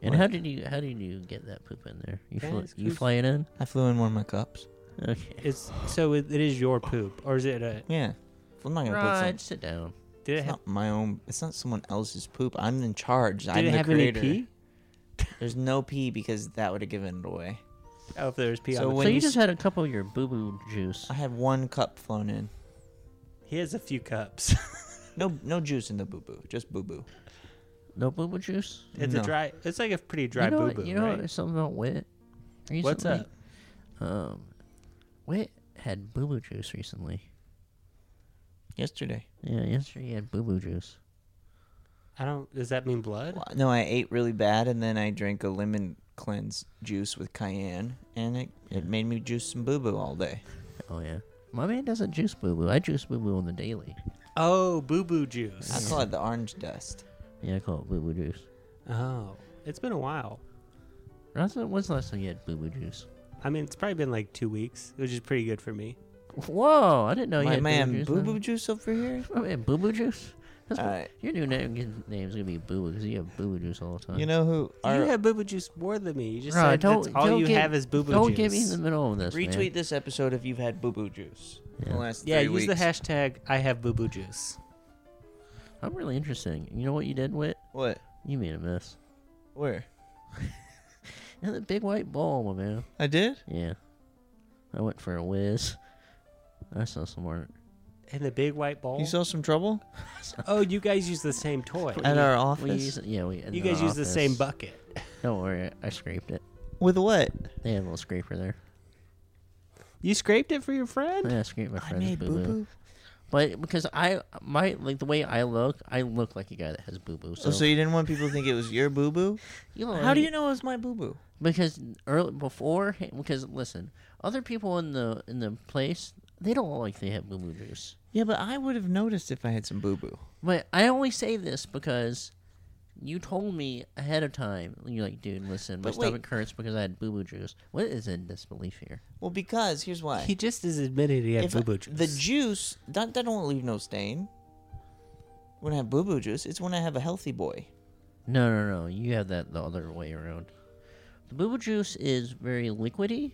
[SPEAKER 4] and how did you, how did you get that poop in there? You
[SPEAKER 2] Can I
[SPEAKER 4] fly,
[SPEAKER 2] ask
[SPEAKER 4] you
[SPEAKER 2] who's-
[SPEAKER 4] fly it in?
[SPEAKER 3] I flew in one of my cups.
[SPEAKER 4] Okay.
[SPEAKER 2] It's so it, it is your poop, or is it a?
[SPEAKER 3] Yeah. I'm not gonna put some.
[SPEAKER 4] Right, sit down.
[SPEAKER 2] Did it
[SPEAKER 3] It's
[SPEAKER 2] have?
[SPEAKER 3] not my own. It's not someone else's poop. I'm in charge. I'm
[SPEAKER 2] Did it
[SPEAKER 3] the
[SPEAKER 2] have
[SPEAKER 3] creator.
[SPEAKER 2] any pee?
[SPEAKER 3] There's no pee because that would have given it away.
[SPEAKER 2] Oh, if there was pee
[SPEAKER 3] So
[SPEAKER 2] on the
[SPEAKER 3] when
[SPEAKER 4] so
[SPEAKER 3] you
[SPEAKER 4] you just
[SPEAKER 3] s-
[SPEAKER 4] had a couple of your boo boo juice.
[SPEAKER 3] I had one cup flown in.
[SPEAKER 2] He has a few cups.
[SPEAKER 3] No, no juice in the boo boo. Just boo boo.
[SPEAKER 4] No boo boo juice?
[SPEAKER 2] it's
[SPEAKER 3] No.
[SPEAKER 2] a dry. It's like a pretty dry
[SPEAKER 4] you know,
[SPEAKER 2] boo boo.
[SPEAKER 4] What, you know
[SPEAKER 2] right?
[SPEAKER 4] what- something about Wit?
[SPEAKER 2] What's
[SPEAKER 4] recently?
[SPEAKER 2] up?
[SPEAKER 4] Um, Wit had boo boo juice recently.
[SPEAKER 3] Yesterday.
[SPEAKER 4] Yeah, yesterday he had boo boo juice.
[SPEAKER 2] I don't. Does that mean blood?
[SPEAKER 3] Well, no, I ate really bad, and then I drank a lemon cleanse juice with cayenne, and it, it made me juice some boo boo all day.
[SPEAKER 4] Oh yeah. My man doesn't juice boo boo. I juice boo boo on the daily.
[SPEAKER 2] Oh, boo boo
[SPEAKER 3] I
[SPEAKER 2] juice.
[SPEAKER 3] call it the orange dust.
[SPEAKER 4] Yeah, I call it boo boo juice.
[SPEAKER 2] Oh, it's been a while.
[SPEAKER 4] That's what when's the last time you had boo boo juice?
[SPEAKER 2] I mean, it's probably been like two weeks, which is pretty good for me.
[SPEAKER 4] Whoa, I didn't know you
[SPEAKER 3] My
[SPEAKER 4] had
[SPEAKER 3] man, boo
[SPEAKER 4] boo
[SPEAKER 3] boo
[SPEAKER 4] boo
[SPEAKER 3] juice over here.
[SPEAKER 4] My man, boo boo juice. That's
[SPEAKER 2] uh,
[SPEAKER 4] what,
[SPEAKER 3] Alright.
[SPEAKER 4] Your new name your name's gonna be boo boo because you have boo boo juice all the time.
[SPEAKER 3] You know who?
[SPEAKER 2] you
[SPEAKER 3] Our,
[SPEAKER 2] have boo boo juice more than me. You just
[SPEAKER 4] Bruh,
[SPEAKER 2] said
[SPEAKER 4] don't,
[SPEAKER 2] that's all
[SPEAKER 4] don't
[SPEAKER 2] you
[SPEAKER 4] get-
[SPEAKER 2] have is boo boo juice.
[SPEAKER 4] Don't get me in the middle of this. man.
[SPEAKER 3] retweet this episode if you've had boo boo juice. in
[SPEAKER 4] Yeah.
[SPEAKER 3] The last
[SPEAKER 2] Yeah,
[SPEAKER 3] three
[SPEAKER 2] use the
[SPEAKER 3] weeks.
[SPEAKER 2] hashtag I have boo boo juice.
[SPEAKER 4] I'm really interesting. You know what you did, Wit?
[SPEAKER 3] What?
[SPEAKER 4] You made a mess.
[SPEAKER 3] Where?
[SPEAKER 4] And the big white ball, my man.
[SPEAKER 3] I did.
[SPEAKER 4] Yeah. I went for a whiz. I saw some art.
[SPEAKER 2] And the big white ball.
[SPEAKER 3] You saw some trouble
[SPEAKER 2] oh, you guys use the same toy.
[SPEAKER 3] at our
[SPEAKER 4] We
[SPEAKER 3] office
[SPEAKER 4] use, yeah, we. in
[SPEAKER 2] You
[SPEAKER 4] the
[SPEAKER 2] guys use the same
[SPEAKER 4] office.
[SPEAKER 2] bucket.
[SPEAKER 4] Don't worry, I scraped it.
[SPEAKER 3] with what?
[SPEAKER 4] They had a little scraper there.
[SPEAKER 2] You scraped it for your friend?
[SPEAKER 4] Yeah, I scraped my friend's boo boo. But because I my like the way I look, I look like a guy that has boo boo. So,
[SPEAKER 3] So, so you didn't want people to think it was your boo boo?
[SPEAKER 4] you know,
[SPEAKER 3] How do you know it was my boo boo?
[SPEAKER 4] Because early before, because listen, other people in the in the place they don't look like they have boo boo juice.
[SPEAKER 3] Yeah, but I would have noticed if I had some boo boo.
[SPEAKER 4] But I only say this because you told me ahead of time. You're like, dude, listen, my
[SPEAKER 3] But wait.
[SPEAKER 4] stomach hurts because I had boo boo juice. What is in disbelief here?
[SPEAKER 3] Well, because here's why.
[SPEAKER 2] He just is admitted he had
[SPEAKER 3] If I-
[SPEAKER 2] boo boo juice.
[SPEAKER 3] The juice that that don't leave no stain. When I have boo boo juice, it's when I have a healthy boy.
[SPEAKER 4] No, no, no. You have that the other way around. The boo boo juice is very liquidy,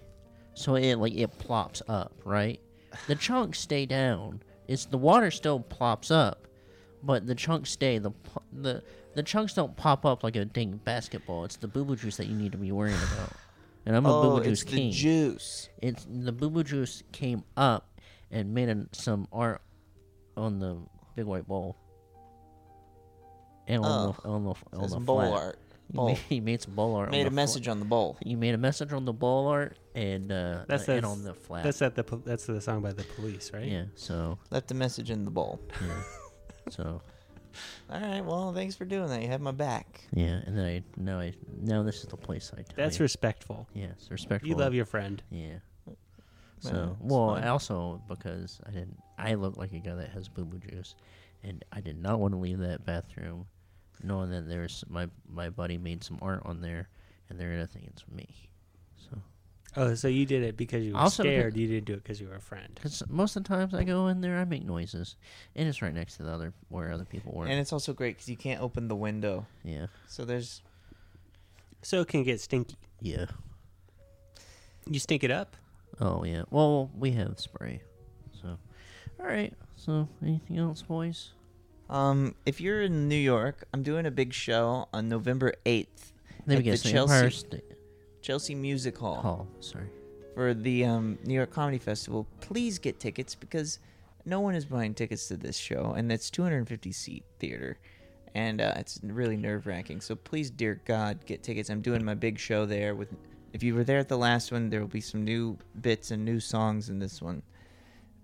[SPEAKER 4] so it like it plops up, right? The chunks stay down. It's the water still plops up, but the chunks stay. The pl- the the chunks don't pop up like a dang basketball. It's the boo boo juice that you need to be worrying about. And I'm a
[SPEAKER 3] oh,
[SPEAKER 4] boo boo juice
[SPEAKER 3] it's
[SPEAKER 4] king.
[SPEAKER 3] the juice.
[SPEAKER 4] it's the boo boo juice came up and made an, some art on the big white bowl. And on the on the on
[SPEAKER 3] It's
[SPEAKER 4] the
[SPEAKER 3] some Oh. bowl
[SPEAKER 4] flat.
[SPEAKER 3] art.
[SPEAKER 4] You
[SPEAKER 3] Bowl.
[SPEAKER 4] made, he made some bowl art. on
[SPEAKER 3] Made
[SPEAKER 4] the
[SPEAKER 3] a
[SPEAKER 4] fla-
[SPEAKER 3] message on the bowl.
[SPEAKER 4] You made a message on the bowl art and uh,
[SPEAKER 2] That's
[SPEAKER 4] and
[SPEAKER 2] that's-
[SPEAKER 4] on the flat.
[SPEAKER 2] That's at the pol- that's the song by the police, right?
[SPEAKER 4] yeah. So
[SPEAKER 3] Left a message in the bowl.
[SPEAKER 4] so
[SPEAKER 3] All right. Well, thanks for doing that. You have my back.
[SPEAKER 4] Yeah, and then I now I now this is the place I tell
[SPEAKER 2] That's
[SPEAKER 4] you.
[SPEAKER 2] respectful.
[SPEAKER 4] yes, respectful.
[SPEAKER 2] You love your friend.
[SPEAKER 4] yeah.
[SPEAKER 3] Yeah,
[SPEAKER 4] So
[SPEAKER 3] it's
[SPEAKER 4] well,
[SPEAKER 3] fine.
[SPEAKER 4] I also because I didn't I look like a guy that has boo boo juice, and I did not want to leave that bathroom, knowing that there's my my buddy made some art on there, and they're gonna think it's me. So
[SPEAKER 2] Oh, so you did it because you were
[SPEAKER 4] Also because-
[SPEAKER 2] scared. You didn't do it because you were a friend.
[SPEAKER 4] because most of the times I go in there, I make noises, and it's right next to the other where other people work.
[SPEAKER 3] And it's also great because you can't open the window,
[SPEAKER 4] yeah,
[SPEAKER 3] so there's
[SPEAKER 2] So it can get stinky.
[SPEAKER 4] yeah.
[SPEAKER 2] You stink it up.
[SPEAKER 4] Oh yeah. Well, we have spray. So, all right. So, anything else, boys?
[SPEAKER 3] Um, if you're in New York, I'm doing a big show on November 8th
[SPEAKER 4] Let me
[SPEAKER 3] at the
[SPEAKER 4] guess. the
[SPEAKER 3] Chelsea
[SPEAKER 4] Empire State
[SPEAKER 3] Chelsea Music Hall
[SPEAKER 4] Hall. Sorry.
[SPEAKER 3] for the um, New York Comedy Festival. Please get tickets because no one is buying tickets to this show, and it's 250 seat theater, and uh, it's really nerve wracking. So please, dear God, get tickets. I'm doing my big show there. With if you were there at the last one, there will be some new bits and new songs in this one.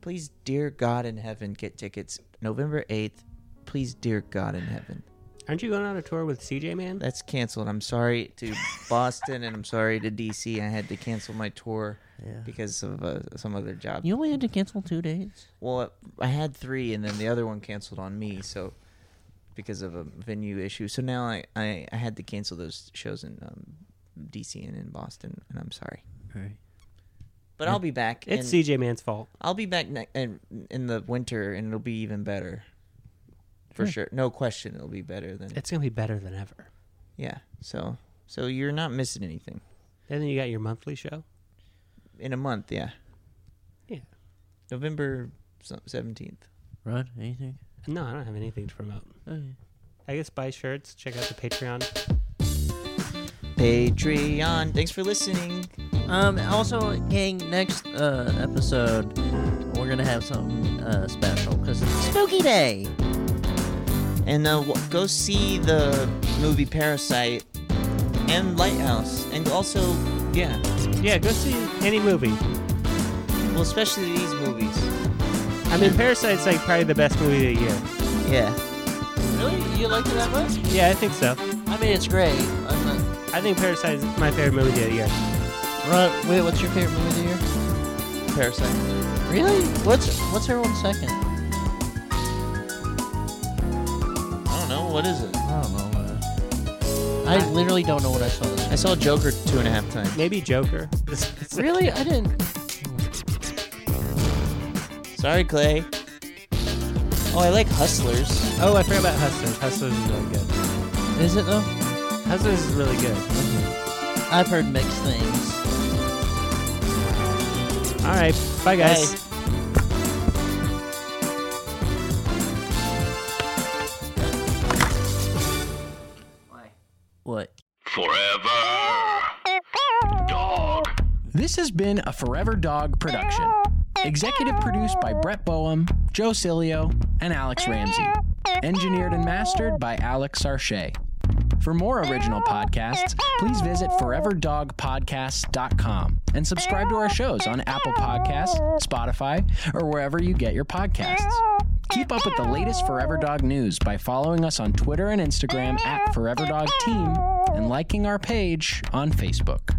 [SPEAKER 3] Please, dear God in heaven, get tickets. November 8th. Please, dear God in heaven.
[SPEAKER 2] Aren't you going on a tour with CJ Man?
[SPEAKER 3] That's canceled. I'm sorry to Boston and I'm sorry to DC. I had to cancel my tour because of uh, some other job.
[SPEAKER 4] You only had to cancel two dates.
[SPEAKER 3] well, I had three and then the other one canceled on me. So because of a venue issue. So now I, I, I had to cancel those shows in um, DC and in Boston. And I'm sorry.
[SPEAKER 4] All right.
[SPEAKER 3] But I'll be back.
[SPEAKER 2] It's e-,
[SPEAKER 3] and
[SPEAKER 2] CJ Man's fault.
[SPEAKER 3] I'll be back ne- in, in the winter and it'll be even better. For sure. No question it'll be better than.
[SPEAKER 2] It's gonna be better than ever.
[SPEAKER 3] Yeah. So. So you're not missing anything.
[SPEAKER 2] And then you got your monthly show.
[SPEAKER 3] In a month, yeah.
[SPEAKER 2] Yeah.
[SPEAKER 3] November seventeenth.
[SPEAKER 4] Rod, anything?
[SPEAKER 2] No, I don't have anything to promote.
[SPEAKER 4] Okay.
[SPEAKER 2] I guess buy shirts. Check out the Patreon.
[SPEAKER 3] Patreon. Thanks for listening.
[SPEAKER 4] Um. Also, gang, next uh, episode we're gonna have something uh, special because it's Spooky Day.
[SPEAKER 3] And uh, w- go see the movie Parasite and Lighthouse. And also, yeah,
[SPEAKER 2] Yeah, go see any movie.
[SPEAKER 3] well, especially these movies.
[SPEAKER 2] I mean, Parasite's like probably the best movie of the year.
[SPEAKER 3] Yeah.
[SPEAKER 4] Really? You liked it that much?
[SPEAKER 2] Yeah, I think so.
[SPEAKER 4] I mean, it's great. I'm not...
[SPEAKER 2] I think Parasite is my favorite movie of the year.
[SPEAKER 4] Rod, wait. What's your favorite movie of the year?
[SPEAKER 3] Parasite.
[SPEAKER 4] Really? What's What's everyone's second?
[SPEAKER 3] I don't know. What is it?
[SPEAKER 4] I don't know. I literally don't know what I saw this.
[SPEAKER 3] I saw Joker two and a half times.
[SPEAKER 2] Maybe Joker.
[SPEAKER 4] Really? I didn't.
[SPEAKER 3] Sorry, Clay. Oh, I like Hustlers.
[SPEAKER 2] Oh, I forgot about Hustlers. Hustlers is really good.
[SPEAKER 4] Is it though?
[SPEAKER 2] Hustlers is really good.
[SPEAKER 4] I've heard mixed things.
[SPEAKER 2] All right, bye guys.
[SPEAKER 3] Bye.
[SPEAKER 4] What?
[SPEAKER 1] Forever Dog.
[SPEAKER 8] This has been a Forever Dog production. Executive produced by Brett Boehm, Joe Cilio, and Alex Ramsey. Engineered and mastered by Alex Sarche. For more original podcasts, please visit foreverdogpodcasts.com and subscribe to our shows on Apple Podcasts, Spotify, or wherever you get your podcasts. Keep up with the latest Forever Dog news by following us on Twitter and Instagram at Forever Dog Team and liking our page on Facebook.